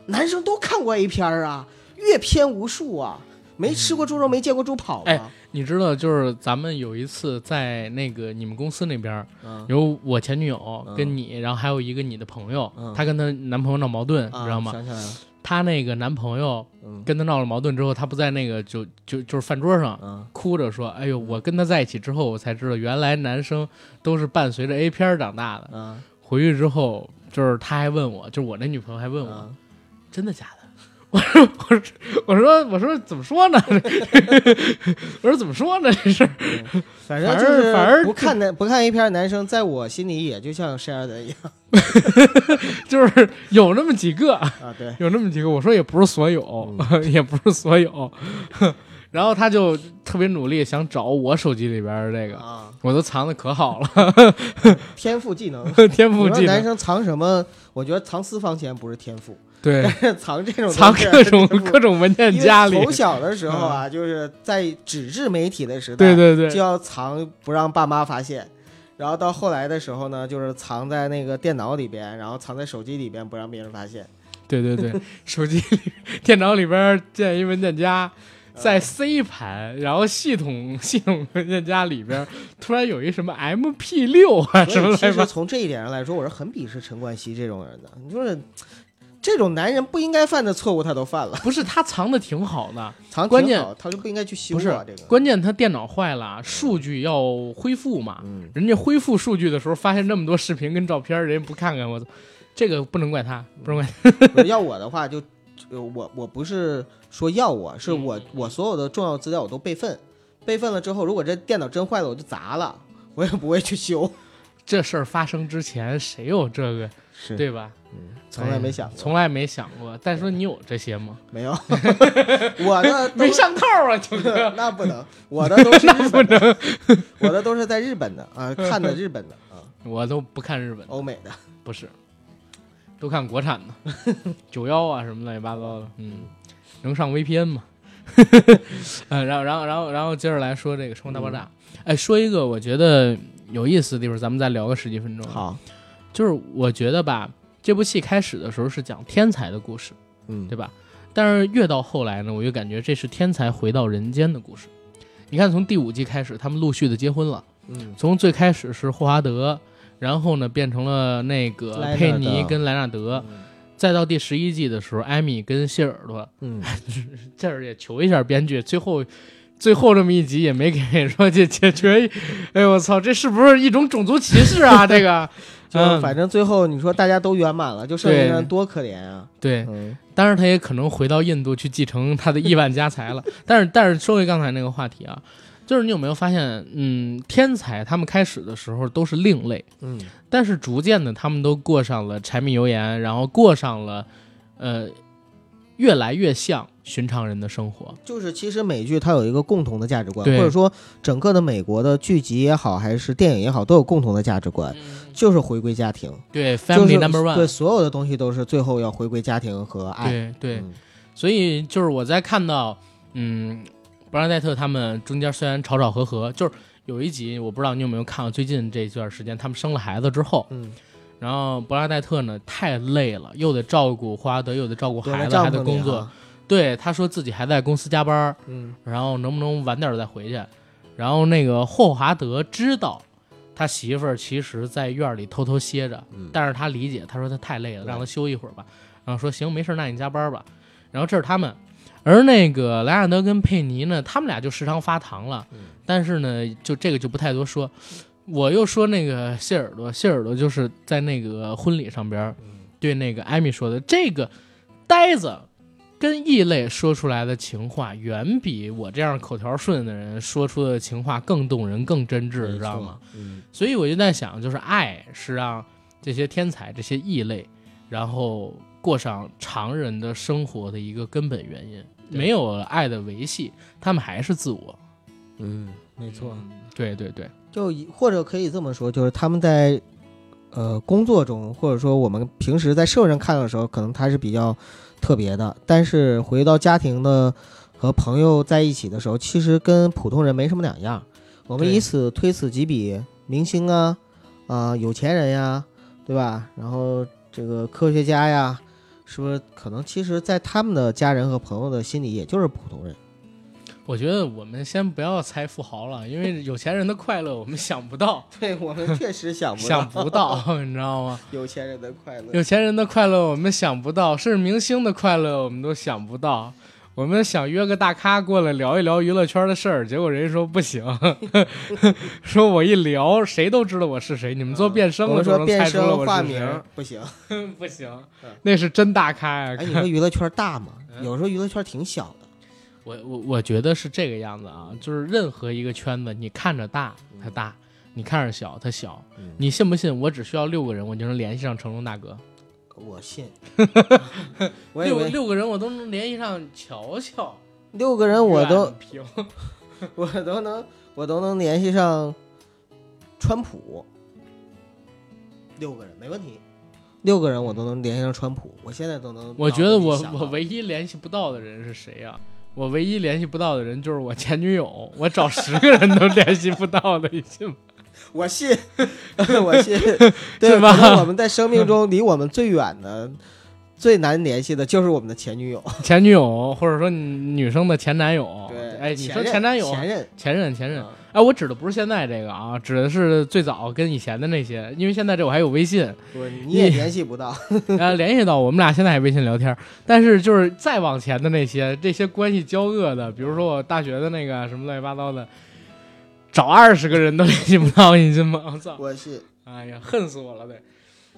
[SPEAKER 3] 男生都看过 A 片儿啊，阅片无数啊，没吃过猪肉没见过猪跑
[SPEAKER 2] 哎
[SPEAKER 3] 啊。
[SPEAKER 2] 你知道，就是咱们有一次在那个你们公司那边儿，
[SPEAKER 3] 嗯
[SPEAKER 2] 有我前女友
[SPEAKER 3] 嗯
[SPEAKER 2] 跟你，然后还有一个你的朋友
[SPEAKER 3] 嗯，
[SPEAKER 2] 她跟她男朋友闹矛盾，你
[SPEAKER 3] 啊，
[SPEAKER 2] 知道吗？
[SPEAKER 3] 想起来了，
[SPEAKER 2] 她那个男朋友
[SPEAKER 3] 嗯
[SPEAKER 2] 跟她闹了矛盾之后，她不在那个就就就是饭桌上。
[SPEAKER 3] 啊，
[SPEAKER 2] 哭着说：“哎呦，我跟他在一起之后，我才知道原来男生都是伴随着 A 片儿长大的。
[SPEAKER 3] 啊
[SPEAKER 2] 回去之后，就是她还问我，就是我那女朋友还问我，
[SPEAKER 3] 啊，
[SPEAKER 2] 真的 <laughs> 假的？我说我说我说我说怎么说呢？ <laughs> 我说怎么说呢？这事儿
[SPEAKER 3] 反正就
[SPEAKER 2] 反而
[SPEAKER 3] 是
[SPEAKER 2] 反而
[SPEAKER 3] 不看男不看 A 片的男生，在我心里也就像 s h e r d 一样
[SPEAKER 2] <laughs> 就是有那么几个，
[SPEAKER 3] 啊，对，
[SPEAKER 2] 有那么几个。我说也不是所有，<laughs>
[SPEAKER 3] 嗯
[SPEAKER 2] 也不是所有。然后他就特别努力想找我手机里边儿这个，
[SPEAKER 3] 啊，
[SPEAKER 2] 我都藏的可好了， <laughs>
[SPEAKER 3] 天赋技能。
[SPEAKER 2] 天
[SPEAKER 3] 你
[SPEAKER 2] 赋
[SPEAKER 3] 说
[SPEAKER 2] 技
[SPEAKER 3] 男
[SPEAKER 2] 能，
[SPEAKER 3] 生藏什么？我觉得藏私房钱不是天赋， <laughs>
[SPEAKER 2] 对，
[SPEAKER 3] 藏这种
[SPEAKER 2] 藏
[SPEAKER 3] 东
[SPEAKER 2] 各
[SPEAKER 3] <laughs> 西
[SPEAKER 2] 种
[SPEAKER 3] 是天赋
[SPEAKER 2] 各种文件
[SPEAKER 3] 因为
[SPEAKER 2] 夹里，
[SPEAKER 3] 从小的时候啊，就是在纸质媒体的时代，
[SPEAKER 2] 对对对
[SPEAKER 3] 就要藏不让爸妈发现。然后到后来的时候呢，就是藏在那个电脑里边，然后藏在手机里边，不让别人发现。
[SPEAKER 2] 对对对，手机里、 <laughs> 电脑里边建一文件夹，
[SPEAKER 3] 嗯
[SPEAKER 2] 在 C 盘，然后系统系统文件夹里边，突然有一什么 MP <laughs> 六啊什
[SPEAKER 3] 所
[SPEAKER 2] 么
[SPEAKER 3] 以其
[SPEAKER 2] 来
[SPEAKER 3] 实
[SPEAKER 2] 着？
[SPEAKER 3] 从这一点上来说，我是很鄙视陈冠希这种人的。你说这种男人不应该犯的错误他都犯了，
[SPEAKER 2] 不是他藏的挺好的，
[SPEAKER 3] 藏
[SPEAKER 2] 关
[SPEAKER 3] 挺
[SPEAKER 2] 键
[SPEAKER 3] 好他就不应该去修
[SPEAKER 2] 不是
[SPEAKER 3] 啊，这个。
[SPEAKER 2] 关键他电脑坏了，数据要恢复嘛。
[SPEAKER 3] 嗯，
[SPEAKER 2] 人家恢复数据的时候发现那么多视频跟照片，人家不看看我操，这个不能怪他，
[SPEAKER 3] 嗯
[SPEAKER 2] 不能怪他。
[SPEAKER 3] 不是要我的话就，呃我我不是说要我，
[SPEAKER 2] 嗯
[SPEAKER 3] 是我我所有的重要资料我都备份，备份了之后，如果这电脑真坏了，我就砸了，我也不会去修。
[SPEAKER 2] 这事儿发生之前谁有这个
[SPEAKER 3] 是，
[SPEAKER 2] 对吧？
[SPEAKER 3] 嗯
[SPEAKER 2] 哎
[SPEAKER 3] 从来没想过，
[SPEAKER 2] 从来没想过。但说你有这些吗？
[SPEAKER 3] 没有， <laughs> 我的都
[SPEAKER 2] 没上套啊，九哥。
[SPEAKER 3] 那不能，我的都是日本的，我的都是在日本的啊，看的日本的啊，
[SPEAKER 2] <laughs> 我都不看日本的，
[SPEAKER 3] 欧美的。
[SPEAKER 2] 不是，都看国产的， <laughs> 九幺啊什么乱七八糟的，嗯，能上 VPN 吗？ <laughs> 呃，然后然后然后然后接着来说这个《生活大爆炸》
[SPEAKER 3] 嗯
[SPEAKER 2] 哎，说一个我觉得有意思的地方，咱们再聊个十几分钟。，
[SPEAKER 3] 好，
[SPEAKER 2] 就是我觉得吧，这部戏开始的时候是讲天才的故事，
[SPEAKER 3] 嗯，
[SPEAKER 2] 对吧？但是越到后来呢，我就感觉这是天才回到人间的故事。你看，从第五季开始，他们陆续的结婚了。
[SPEAKER 3] 嗯，
[SPEAKER 2] 从最开始是霍华德，然后呢变成了那个
[SPEAKER 3] 莱纳德
[SPEAKER 2] 佩妮跟莱纳德，再到第十一季的时候，艾米跟谢耳朵，
[SPEAKER 3] 嗯，
[SPEAKER 2] 这儿也求一下编剧，最后。最后这么一集也没给说这解决， <laughs> 哎呦我操，这是不是一种种族歧视啊？
[SPEAKER 3] <laughs>
[SPEAKER 2] 这个，
[SPEAKER 3] 就
[SPEAKER 2] 嗯，
[SPEAKER 3] 反正最后你说大家都圆满了，就剩下
[SPEAKER 2] 对
[SPEAKER 3] 一个人多可怜啊。
[SPEAKER 2] 对，
[SPEAKER 3] 嗯
[SPEAKER 2] 当然他也可能回到印度去继承他的亿万家财了。 <laughs> 但是，但是说回刚才那个话题啊，就是你有没有发现，嗯，天才他们开始的时候都是另类，
[SPEAKER 3] 嗯，
[SPEAKER 2] 但是逐渐的他们都过上了柴米油盐，然后过上了，呃，越来越像寻常人的生活。
[SPEAKER 3] 就是其实美剧它有一个共同的价值观，
[SPEAKER 2] 对
[SPEAKER 3] 或者说整个的美国的剧集也好，还是电影也好，都有共同的价值观，就是回归家庭，
[SPEAKER 2] 对
[SPEAKER 3] 就是
[SPEAKER 2] 嗯，Family Number
[SPEAKER 3] 对
[SPEAKER 2] One，
[SPEAKER 3] 所有的东西都是最后要回归家庭和爱。
[SPEAKER 2] 对对
[SPEAKER 3] 嗯
[SPEAKER 2] 所以就是我在看到，嗯，布兰代特他们中间虽然吵吵和和，就是有一集我不知道你有没有看到，最近这段时间他们生了孩子之后，
[SPEAKER 3] 嗯，
[SPEAKER 2] 然后布拉代特呢太累了，又得照顾霍华德，又得照顾
[SPEAKER 3] 对
[SPEAKER 2] 孩
[SPEAKER 3] 那
[SPEAKER 2] 子，
[SPEAKER 3] 丈
[SPEAKER 2] 还
[SPEAKER 3] 夫
[SPEAKER 2] 得工
[SPEAKER 3] 那
[SPEAKER 2] 作
[SPEAKER 3] 样。，
[SPEAKER 2] 对，他说自己还在公司加班，
[SPEAKER 3] 嗯，
[SPEAKER 2] 然后能不能晚点再回去？然后那个霍华德知道他媳妇儿其实在院里偷偷歇着，
[SPEAKER 3] 嗯
[SPEAKER 2] 但是他理解，他说他太累了，
[SPEAKER 3] 对
[SPEAKER 2] 让他休一会儿吧。然后说行，没事儿，那你加班吧。然后这是他们，而那个莱纳德跟佩妮呢，他们俩就时常发糖了，
[SPEAKER 3] 嗯
[SPEAKER 2] 但是呢，就这个就不太多说。我又说那个谢耳朵，谢耳朵就是在那个婚礼上边儿
[SPEAKER 3] 嗯
[SPEAKER 2] 对那个艾米说的，这个呆子跟异类说出来的情话，远比我这样口条顺的人说出的情话更动人、更真挚，
[SPEAKER 3] 没
[SPEAKER 2] 知道
[SPEAKER 3] 错
[SPEAKER 2] 吗？？
[SPEAKER 3] 嗯，
[SPEAKER 2] 所以我就在想，就是爱是让这些天才、这些异类，然后过上常人的生活的一个根本原因。
[SPEAKER 3] 对
[SPEAKER 2] 没有了爱的维系，他们还是自我。
[SPEAKER 3] 嗯，没错。
[SPEAKER 2] 对对对，
[SPEAKER 3] 就以或者可以这么说，就是他们在呃工作中，或者说我们平时在社会上看到的时候，可能他是比较特别的，但是回到家庭的和朋友在一起的时候，其实跟普通人没什么两样。我们
[SPEAKER 2] 对
[SPEAKER 3] 以此推此几比，明星啊，啊、有钱人呀，对吧？然后这个科学家呀，是不是可能其实，在他们的家人和朋友的心里，也就是普通人。
[SPEAKER 2] 我觉得我们先不要猜富豪了，因为有钱人的快乐我们想不到，
[SPEAKER 3] <laughs> 对我们确实想不到，
[SPEAKER 2] 想不到， <laughs> 你知道吗？
[SPEAKER 3] 有钱人的快乐。
[SPEAKER 2] 有钱人的快乐我们想不到，甚至明星的快乐我们都想不到。我们想约个大咖过来聊一聊娱乐圈的事儿，结果人家说不行， <laughs> 说我一聊谁都知道我是谁，你们做变声
[SPEAKER 3] 呃我
[SPEAKER 2] 的时候能
[SPEAKER 3] 们说变
[SPEAKER 2] 猜出来
[SPEAKER 3] 声
[SPEAKER 2] 我
[SPEAKER 3] 化
[SPEAKER 2] 是
[SPEAKER 3] 名
[SPEAKER 2] 谁
[SPEAKER 3] 儿不行。
[SPEAKER 2] <laughs> 不行
[SPEAKER 3] 嗯，
[SPEAKER 2] 那是真大咖呀、
[SPEAKER 3] 哎，你说娱乐圈
[SPEAKER 2] <laughs>
[SPEAKER 3] 大吗？
[SPEAKER 2] 嗯
[SPEAKER 3] 有时候娱乐圈挺小的。
[SPEAKER 2] 我我我觉得是这个样子啊，就是任何一个圈子，你看着大它大，你看着小它小，
[SPEAKER 3] 嗯
[SPEAKER 2] 你信不信？我只需要六个人，我就能联系上成龙大哥。
[SPEAKER 3] 我
[SPEAKER 2] <laughs>
[SPEAKER 3] 信，我以
[SPEAKER 2] 六
[SPEAKER 3] 为
[SPEAKER 2] 六个人我都能联系上乔乔，
[SPEAKER 3] 六个人我都
[SPEAKER 2] 苑 <laughs> 平。
[SPEAKER 3] 我都能我都能联系上川普，六个人没问题，六个人我都能联系上川普，我现在都能。
[SPEAKER 2] 我觉得我
[SPEAKER 3] 脑子里想到啊
[SPEAKER 2] 我唯一联系不到的人是谁呀、我唯一联系不到的人就是我前女友， <laughs> 我找十个人都联系不到的，已经。
[SPEAKER 3] <laughs> 我信，我
[SPEAKER 2] <laughs>
[SPEAKER 3] 信，对
[SPEAKER 2] 是吧
[SPEAKER 3] 可能我们在生命中离我们最远的、最难联系的就是我们的前女友。
[SPEAKER 2] 前女友，或者说你女生的前男友。
[SPEAKER 3] 对，
[SPEAKER 2] 哎，你说
[SPEAKER 3] 前任
[SPEAKER 2] 前男友、
[SPEAKER 3] 前任，
[SPEAKER 2] 前任、前任
[SPEAKER 3] 嗯，
[SPEAKER 2] 哎，我指的不是现在这个啊，指的是最早跟以前的那些，因为现在这我还有微信，
[SPEAKER 3] 不，你也联系不到。
[SPEAKER 2] 呃，联系到我们俩现在还微信聊天儿，但是就是再往前的那些，这些关系交恶的，比如说我大学的那个什么乱七八糟的，找二十个人都联系不到，你信吗？我操！
[SPEAKER 3] 我是
[SPEAKER 2] 哎呀，恨死我了，得。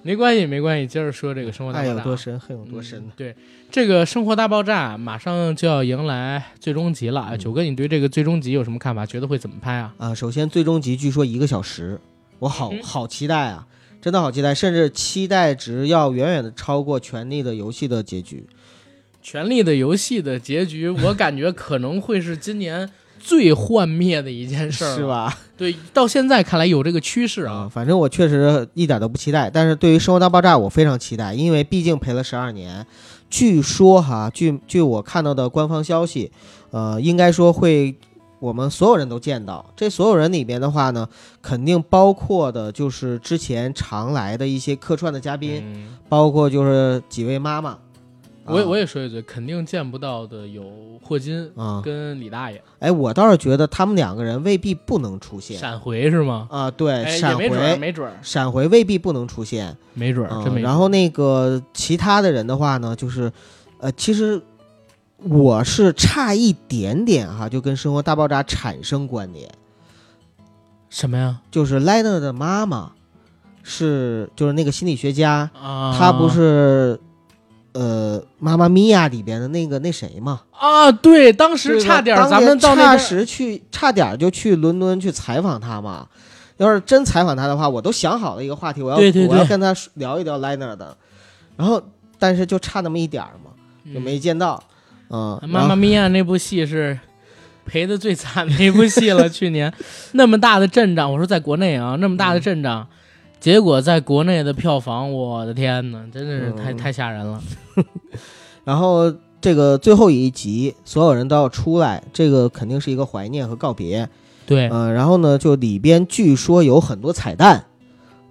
[SPEAKER 2] 没关系，没关系，接着说这个生活大
[SPEAKER 3] 爱
[SPEAKER 2] 爆
[SPEAKER 3] 有
[SPEAKER 2] 炸。
[SPEAKER 3] 哎多深，恨有多深啊
[SPEAKER 2] 嗯
[SPEAKER 3] 呢？
[SPEAKER 2] 对，这个生活大爆炸马上就要迎来最终集
[SPEAKER 3] 嗯
[SPEAKER 2] 了。啊九哥，你对这个最终集有什么看法？觉得会怎么拍啊？
[SPEAKER 3] 啊，首先最终集据说一个小时，我好
[SPEAKER 2] 嗯
[SPEAKER 3] 好期待啊，真的好期待，甚至期待值要远远的超过《权力的游戏》的结局。
[SPEAKER 2] 《权力的游戏》的结局，我感觉可能会是今年最幻灭的一件事儿，
[SPEAKER 3] <laughs> 是？啊吧？
[SPEAKER 2] 对，到现在看来有这个趋势
[SPEAKER 3] 啊，
[SPEAKER 2] 啊。
[SPEAKER 3] 反正我确实一点都不期待，但是对于《生活大爆炸》我非常期待，因为毕竟陪了十二年。据说哈，据据我看到的官方消息，呃，应该说会我们所有人都见到。这所有人里边的话呢，肯定包括的就是之前常来的一些客串的嘉宾，
[SPEAKER 2] 嗯，
[SPEAKER 3] 包括就是几位妈啊妈。
[SPEAKER 2] 我也我
[SPEAKER 3] 也
[SPEAKER 2] 也说一嘴，肯定见不到的有霍金
[SPEAKER 3] 啊，
[SPEAKER 2] 跟李大爷，
[SPEAKER 3] 哎，我倒是觉得他们两个人未必不能出现
[SPEAKER 2] 闪回是吗？
[SPEAKER 3] 啊，对，
[SPEAKER 2] 哎，也
[SPEAKER 3] 闪
[SPEAKER 2] 没准儿，
[SPEAKER 3] 回。
[SPEAKER 2] 没准儿，
[SPEAKER 3] 闪回未必不能出现，
[SPEAKER 2] 没准儿，
[SPEAKER 3] 啊
[SPEAKER 2] 真没准儿。
[SPEAKER 3] 然后那个其他的人的话呢，就是，呃，其实我是差一点点哈、就跟《生活大爆炸》产生关联，
[SPEAKER 2] 什么呀？
[SPEAKER 3] 就是 l e n a 的妈妈是就是那个心理学家，
[SPEAKER 2] 啊，
[SPEAKER 3] 她不是呃《妈妈咪呀》里边的那个那谁嘛？
[SPEAKER 2] 啊？对，当时
[SPEAKER 3] 对吧
[SPEAKER 2] 差点儿
[SPEAKER 3] 当
[SPEAKER 2] 咱
[SPEAKER 3] 年
[SPEAKER 2] 们到那
[SPEAKER 3] 差
[SPEAKER 2] 边儿
[SPEAKER 3] 时去，差点儿就去伦敦去采访他嘛。要是真采访他的话，我都想好了一个话题，我要
[SPEAKER 2] 对对对
[SPEAKER 3] 我要跟他说聊一聊 Liner 的，然后但是就差那么一点儿嘛，就没见到。嗯，然
[SPEAKER 2] 妈妈
[SPEAKER 3] 后
[SPEAKER 2] 咪呀那部戏是赔的最惨的一部戏了，去年 <laughs> 那么大的阵仗，我说在国内啊，那么大
[SPEAKER 3] 嗯
[SPEAKER 2] 的阵仗。结果在国内的票房，我的天呐，真的是太、
[SPEAKER 3] 嗯
[SPEAKER 2] 太吓人了。
[SPEAKER 3] 然后这个最后一集，所有人都要出来，这个肯定是一个怀念和告别。
[SPEAKER 2] 对，
[SPEAKER 3] 嗯、然后呢，就里边据说有很多彩蛋，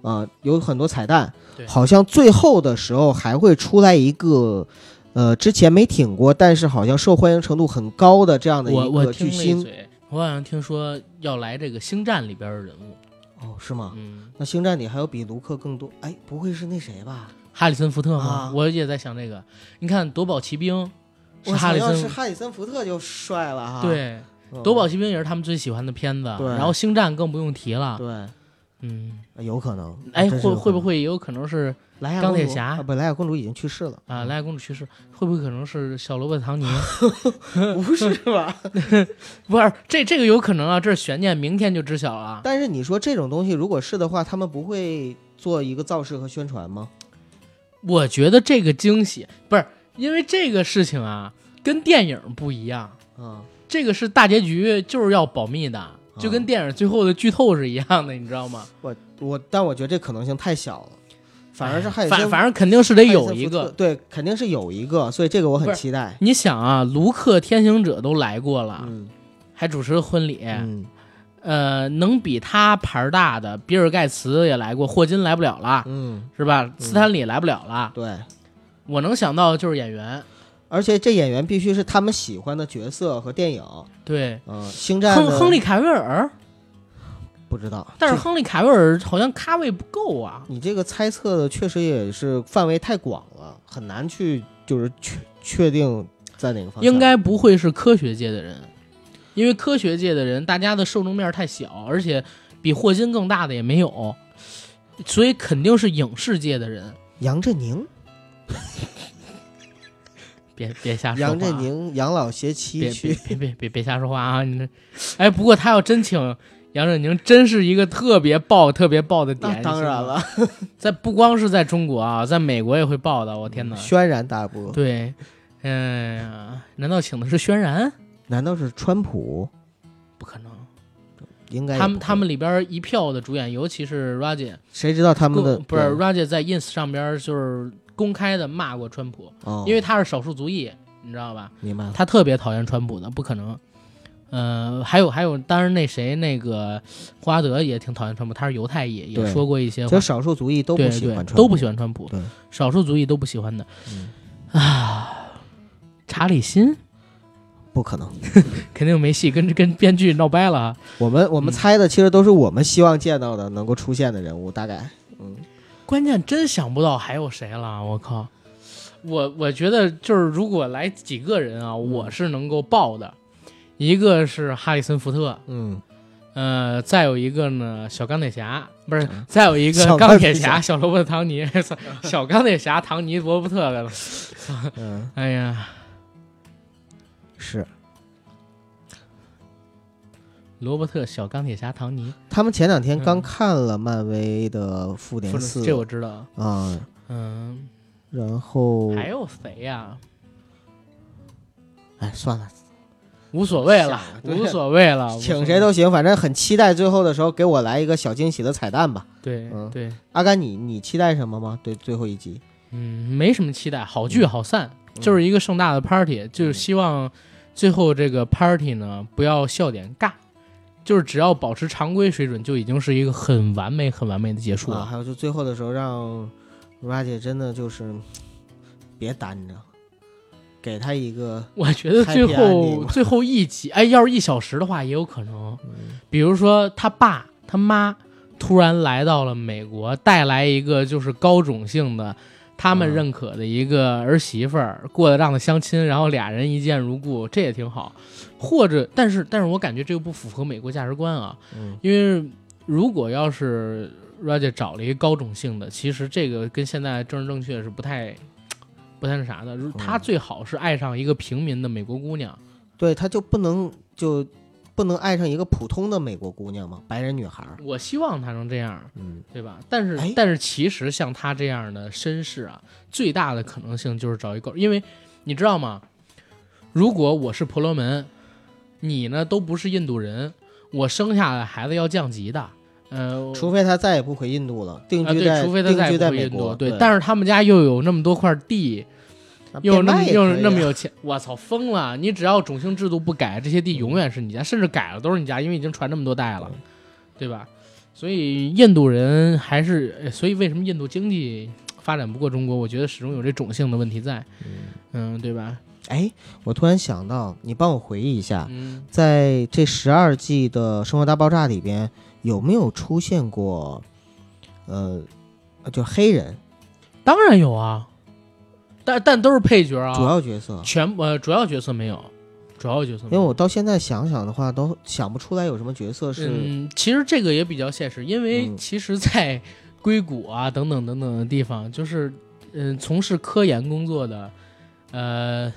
[SPEAKER 3] 啊、有很多彩蛋
[SPEAKER 2] 对，
[SPEAKER 3] 好像最后的时候还会出来一个，呃，之前没挺过，但是好像受欢迎程度很高的这样的
[SPEAKER 2] 我
[SPEAKER 3] 一
[SPEAKER 2] 我
[SPEAKER 3] 个
[SPEAKER 2] 听
[SPEAKER 3] 巨
[SPEAKER 2] 了一
[SPEAKER 3] 星。
[SPEAKER 2] 嘴，我好像听说要来这个《星战》里边的人物，
[SPEAKER 3] 哦，是吗？
[SPEAKER 2] 嗯，
[SPEAKER 3] 那星战里还有比卢克更多？哎，不会是那谁吧？
[SPEAKER 2] 哈里森福特吗？
[SPEAKER 3] 啊
[SPEAKER 2] 我也在想这个。你看《夺宝奇兵》是
[SPEAKER 3] 我
[SPEAKER 2] 哈
[SPEAKER 3] 操，
[SPEAKER 2] 里
[SPEAKER 3] 要
[SPEAKER 2] 森
[SPEAKER 3] 是
[SPEAKER 2] 福，
[SPEAKER 3] 哈里森福特就帅了哈。
[SPEAKER 2] 对，
[SPEAKER 3] 嗯，
[SPEAKER 2] 《夺宝奇兵》也是他们最喜欢的片子。
[SPEAKER 3] 对
[SPEAKER 2] 然后《星战》更不用提了。
[SPEAKER 3] 对，啊
[SPEAKER 2] 嗯，
[SPEAKER 3] 有可能。
[SPEAKER 2] 哎，
[SPEAKER 3] 真是
[SPEAKER 2] 会
[SPEAKER 3] 有可能
[SPEAKER 2] 会不会也有可能是
[SPEAKER 3] 莱娅
[SPEAKER 2] 钢铁
[SPEAKER 3] 公主
[SPEAKER 2] 侠
[SPEAKER 3] 啊不，莱娅公主已经去
[SPEAKER 2] <laughs>
[SPEAKER 3] 世了
[SPEAKER 2] 啊，莱娅公主去世，会不会可能是小罗伯特·唐尼？ <laughs>
[SPEAKER 3] 不是吧？
[SPEAKER 2] 不是，这这个有可能啊，这是悬念，明天就知晓了啊。
[SPEAKER 3] 但是你说这种东西，如果是的话，他们不会做一个造势和宣传吗？
[SPEAKER 2] 我觉得这个惊喜不是因为这个事情啊，跟电影不一样，
[SPEAKER 3] 啊、
[SPEAKER 2] 这个是大结局，就是要保密的，就跟电影最后的剧透是一样的，你知道吗？
[SPEAKER 3] 我我，但我觉得这可能性太小了，反而是汉
[SPEAKER 2] 哎
[SPEAKER 3] 森，
[SPEAKER 2] 反反正肯定是得
[SPEAKER 3] 汉森
[SPEAKER 2] 有一
[SPEAKER 3] 福特
[SPEAKER 2] 个。
[SPEAKER 3] 对，肯定是有一个，所以这个我
[SPEAKER 2] 不
[SPEAKER 3] 很
[SPEAKER 2] 是
[SPEAKER 3] 期待。
[SPEAKER 2] 你想啊，卢克天行者都来过了，
[SPEAKER 3] 嗯
[SPEAKER 2] 还主持了婚礼，
[SPEAKER 3] 嗯，
[SPEAKER 2] 呃，能比他牌儿大的，比尔盖茨也来过，霍金来不了了，
[SPEAKER 3] 嗯，
[SPEAKER 2] 是吧？斯坦李来不了了，
[SPEAKER 3] 对，
[SPEAKER 2] 我能想到的就是演员，
[SPEAKER 3] 而且这演员必须是他们喜欢的角色和电影。
[SPEAKER 2] 对，
[SPEAKER 3] 嗯、星战
[SPEAKER 2] 亨
[SPEAKER 3] 的
[SPEAKER 2] 亨利凯维尔，
[SPEAKER 3] 不知道，
[SPEAKER 2] 但是
[SPEAKER 3] 这
[SPEAKER 2] 亨利凯维尔好像咖位不够啊。
[SPEAKER 3] 你这个猜测的确实也是范围太广了，很难去就是确确定在哪个方向。
[SPEAKER 2] 应该不会是科学界的人，因为科学界的人大家的受众面太小，而且比霍金更大的也没有，所以肯定是影视界的人。
[SPEAKER 3] 杨振宁，
[SPEAKER 2] 别别瞎说话啊，
[SPEAKER 3] 杨振宁养老携妻
[SPEAKER 2] 别别
[SPEAKER 3] 去
[SPEAKER 2] 别别别别瞎说话啊！你这，哎，不过他要真请杨振宁，真是一个特别爆、特别爆的点。
[SPEAKER 3] 那当然
[SPEAKER 2] 你信吗，
[SPEAKER 3] 了，
[SPEAKER 2] 在不光是在中国啊，在美国也会爆的。我天哪！
[SPEAKER 3] 轩然大波。
[SPEAKER 2] 对，嗯、呀，难道请的是轩然？
[SPEAKER 3] 难道是川普？
[SPEAKER 2] 不可能，
[SPEAKER 3] 应该也
[SPEAKER 2] 他们
[SPEAKER 3] 不会
[SPEAKER 2] 他们里边一票的主演，尤其是 r a j e
[SPEAKER 3] 谁知道他们的
[SPEAKER 2] 不是 r a j e 在 ins 上边就是公开的骂过川普，
[SPEAKER 3] 哦，
[SPEAKER 2] 因为他是少数族裔，你知道吧？
[SPEAKER 3] 明白了，
[SPEAKER 2] 他特别讨厌川普的，不可能。呃，还有还有，当然那谁那个霍华德也挺讨厌川普，他是犹太裔，也
[SPEAKER 3] 对
[SPEAKER 2] 说过一些
[SPEAKER 3] 其
[SPEAKER 2] 话
[SPEAKER 3] 实，少数族裔都不
[SPEAKER 2] 对
[SPEAKER 3] 喜
[SPEAKER 2] 对
[SPEAKER 3] 欢，川
[SPEAKER 2] 都不喜
[SPEAKER 3] 欢。
[SPEAKER 2] 欢川普
[SPEAKER 3] 对，
[SPEAKER 2] 少数族裔都不喜欢的
[SPEAKER 3] 嗯
[SPEAKER 2] 啊。查理辛，
[SPEAKER 3] 不可能。
[SPEAKER 2] 肯定没戏，跟跟编剧闹掰了啊。
[SPEAKER 3] 我们我们
[SPEAKER 2] 嗯
[SPEAKER 3] 猜的其实都是我们希望见到的能够出现的人物，大概
[SPEAKER 2] 关键真想不到还有谁了，我靠！我我觉得就是如果来几个人啊，
[SPEAKER 3] 嗯
[SPEAKER 2] 我是能够报的，一个是哈里森福特，
[SPEAKER 3] 嗯，
[SPEAKER 2] 呃，再有一个呢小钢铁侠，不是
[SPEAKER 3] 嗯，
[SPEAKER 2] <laughs> 再有一个
[SPEAKER 3] 小钢
[SPEAKER 2] 钢铁
[SPEAKER 3] 铁侠
[SPEAKER 2] 侠小罗伯特唐尼， <laughs> 操小钢铁侠唐尼罗伯特来了，
[SPEAKER 3] 嗯
[SPEAKER 2] <laughs> 哎呀，
[SPEAKER 3] 是。
[SPEAKER 2] 罗伯特小钢铁侠唐尼，
[SPEAKER 3] 他们前两天刚
[SPEAKER 2] 嗯
[SPEAKER 3] 看了漫威的《复
[SPEAKER 2] 不
[SPEAKER 3] 联
[SPEAKER 2] 是
[SPEAKER 3] 四
[SPEAKER 2] 这》我知道，
[SPEAKER 3] 啊，
[SPEAKER 2] 嗯，
[SPEAKER 3] 然后
[SPEAKER 2] 还有谁呀、
[SPEAKER 3] 哎算了，
[SPEAKER 2] 无所谓了，
[SPEAKER 3] 对
[SPEAKER 2] 无所谓了，无所
[SPEAKER 3] 请
[SPEAKER 2] 谓
[SPEAKER 3] 谁都行，反正很期待最后的时候给我来一个小惊喜的彩蛋吧。
[SPEAKER 2] 对
[SPEAKER 3] 嗯
[SPEAKER 2] 对，
[SPEAKER 3] 阿甘你，你期待什么吗？对最后一集，
[SPEAKER 2] 嗯，没什么期待，好聚好散，就是一个盛大的 party，就是希望最后这个 party 呢不要笑点尬，就是只要保持常规水准，就已经是一个很完美、很完美的结束
[SPEAKER 3] 啊，
[SPEAKER 2] 了。
[SPEAKER 3] 还有就最后的时候让如拉姐真的就是别单着，给她一个
[SPEAKER 2] 我觉得最
[SPEAKER 3] Happy ending
[SPEAKER 2] 后
[SPEAKER 3] 吧
[SPEAKER 2] 最后一集，哎，要是一小时的话也有可能，比如说他爸他妈突然来到了美国，带来一个就是高种姓的。他们
[SPEAKER 3] 嗯
[SPEAKER 2] 认可的一个儿媳妇儿过得让他相亲，然后俩人一见如故，这也挺好。或者，但是，但是我感觉这个不符合美国价值观啊，
[SPEAKER 3] 嗯
[SPEAKER 2] 因为如果要是 Roger 找了一个高种姓的，其实这个跟现在政治正确是不太不太那啥的。如他最好是爱上一个平民的美国姑娘，
[SPEAKER 3] 对，她就不能就不能爱上一个普通的美国姑娘吗？白人女孩儿，
[SPEAKER 2] 我希望他能这样，
[SPEAKER 3] 嗯，
[SPEAKER 2] 对吧？但是、
[SPEAKER 3] 哎
[SPEAKER 2] 但是其实像他这样的绅士啊，最大的可能性就是找一个，因为你知道吗？如果我是婆罗门，你呢都不是印度人，我生下来孩子要降级的，呃，
[SPEAKER 3] 除非她再也不回印度了，定
[SPEAKER 2] 啊，
[SPEAKER 3] 居
[SPEAKER 2] 对，
[SPEAKER 3] 在、
[SPEAKER 2] 除非他
[SPEAKER 3] 定
[SPEAKER 2] 再
[SPEAKER 3] 居
[SPEAKER 2] 也不
[SPEAKER 3] 在
[SPEAKER 2] 回
[SPEAKER 3] 美
[SPEAKER 2] 印度
[SPEAKER 3] 国，
[SPEAKER 2] 对
[SPEAKER 3] 对，，
[SPEAKER 2] 但是他们家又有那么多块地，
[SPEAKER 3] 啊
[SPEAKER 2] 又有那
[SPEAKER 3] 变
[SPEAKER 2] 么
[SPEAKER 3] 卖也
[SPEAKER 2] 又有
[SPEAKER 3] 可以
[SPEAKER 2] 那么
[SPEAKER 3] 啊
[SPEAKER 2] 有钱，我操，疯了！你只要种姓制度不改，这些
[SPEAKER 3] 嗯
[SPEAKER 2] 地永远是你家，甚至改了都是你家，因为已经传这么多代了，对吧？所以印度人还是，呃所以为什么印度经济发展不过中国？我觉得始终有这种姓的问题在，嗯，对吧？
[SPEAKER 3] 哎，我突然想到，你帮我回忆一下，
[SPEAKER 2] 嗯，
[SPEAKER 3] 在这十二季的《生活大爆炸》里边，有没有出现过，呃，就黑人
[SPEAKER 2] 当然有啊，但但都是配角啊，
[SPEAKER 3] 主要角色？
[SPEAKER 2] 全呃主要角色没有，主要角色
[SPEAKER 3] 因
[SPEAKER 2] 没
[SPEAKER 3] 为
[SPEAKER 2] 有。
[SPEAKER 3] 我到现在想想的话，都想不出来有什么角色是、
[SPEAKER 2] 嗯，其实这个也比较现实，因为
[SPEAKER 3] 嗯
[SPEAKER 2] 其实，在 <laughs> 硅谷啊等等等等的地方，就是嗯，从事科研工作的，呃，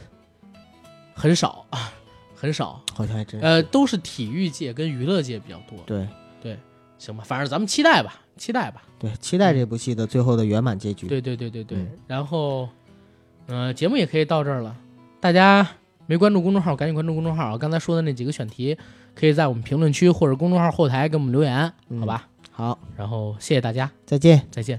[SPEAKER 2] 很少，啊很少，
[SPEAKER 3] 好像还嗯真是、
[SPEAKER 2] 呃，都是体育界跟娱乐界比较多，
[SPEAKER 3] 对
[SPEAKER 2] 行吧？反正咱们期待吧，期待吧。
[SPEAKER 3] 对，期待这部戏的最后的圆满结
[SPEAKER 2] 嗯
[SPEAKER 3] 局。
[SPEAKER 2] 对对对对对。
[SPEAKER 3] 嗯
[SPEAKER 2] 然后，呃，节目也可以到这儿了，大家。没关注公众号，赶紧关注公众号啊！刚才说的那几个选题，可以在我们评论区或者公众号后台给我们留言，
[SPEAKER 3] 嗯
[SPEAKER 2] 好吧？
[SPEAKER 3] 好，
[SPEAKER 2] 然后谢谢大家，
[SPEAKER 3] 再见。
[SPEAKER 2] 再见。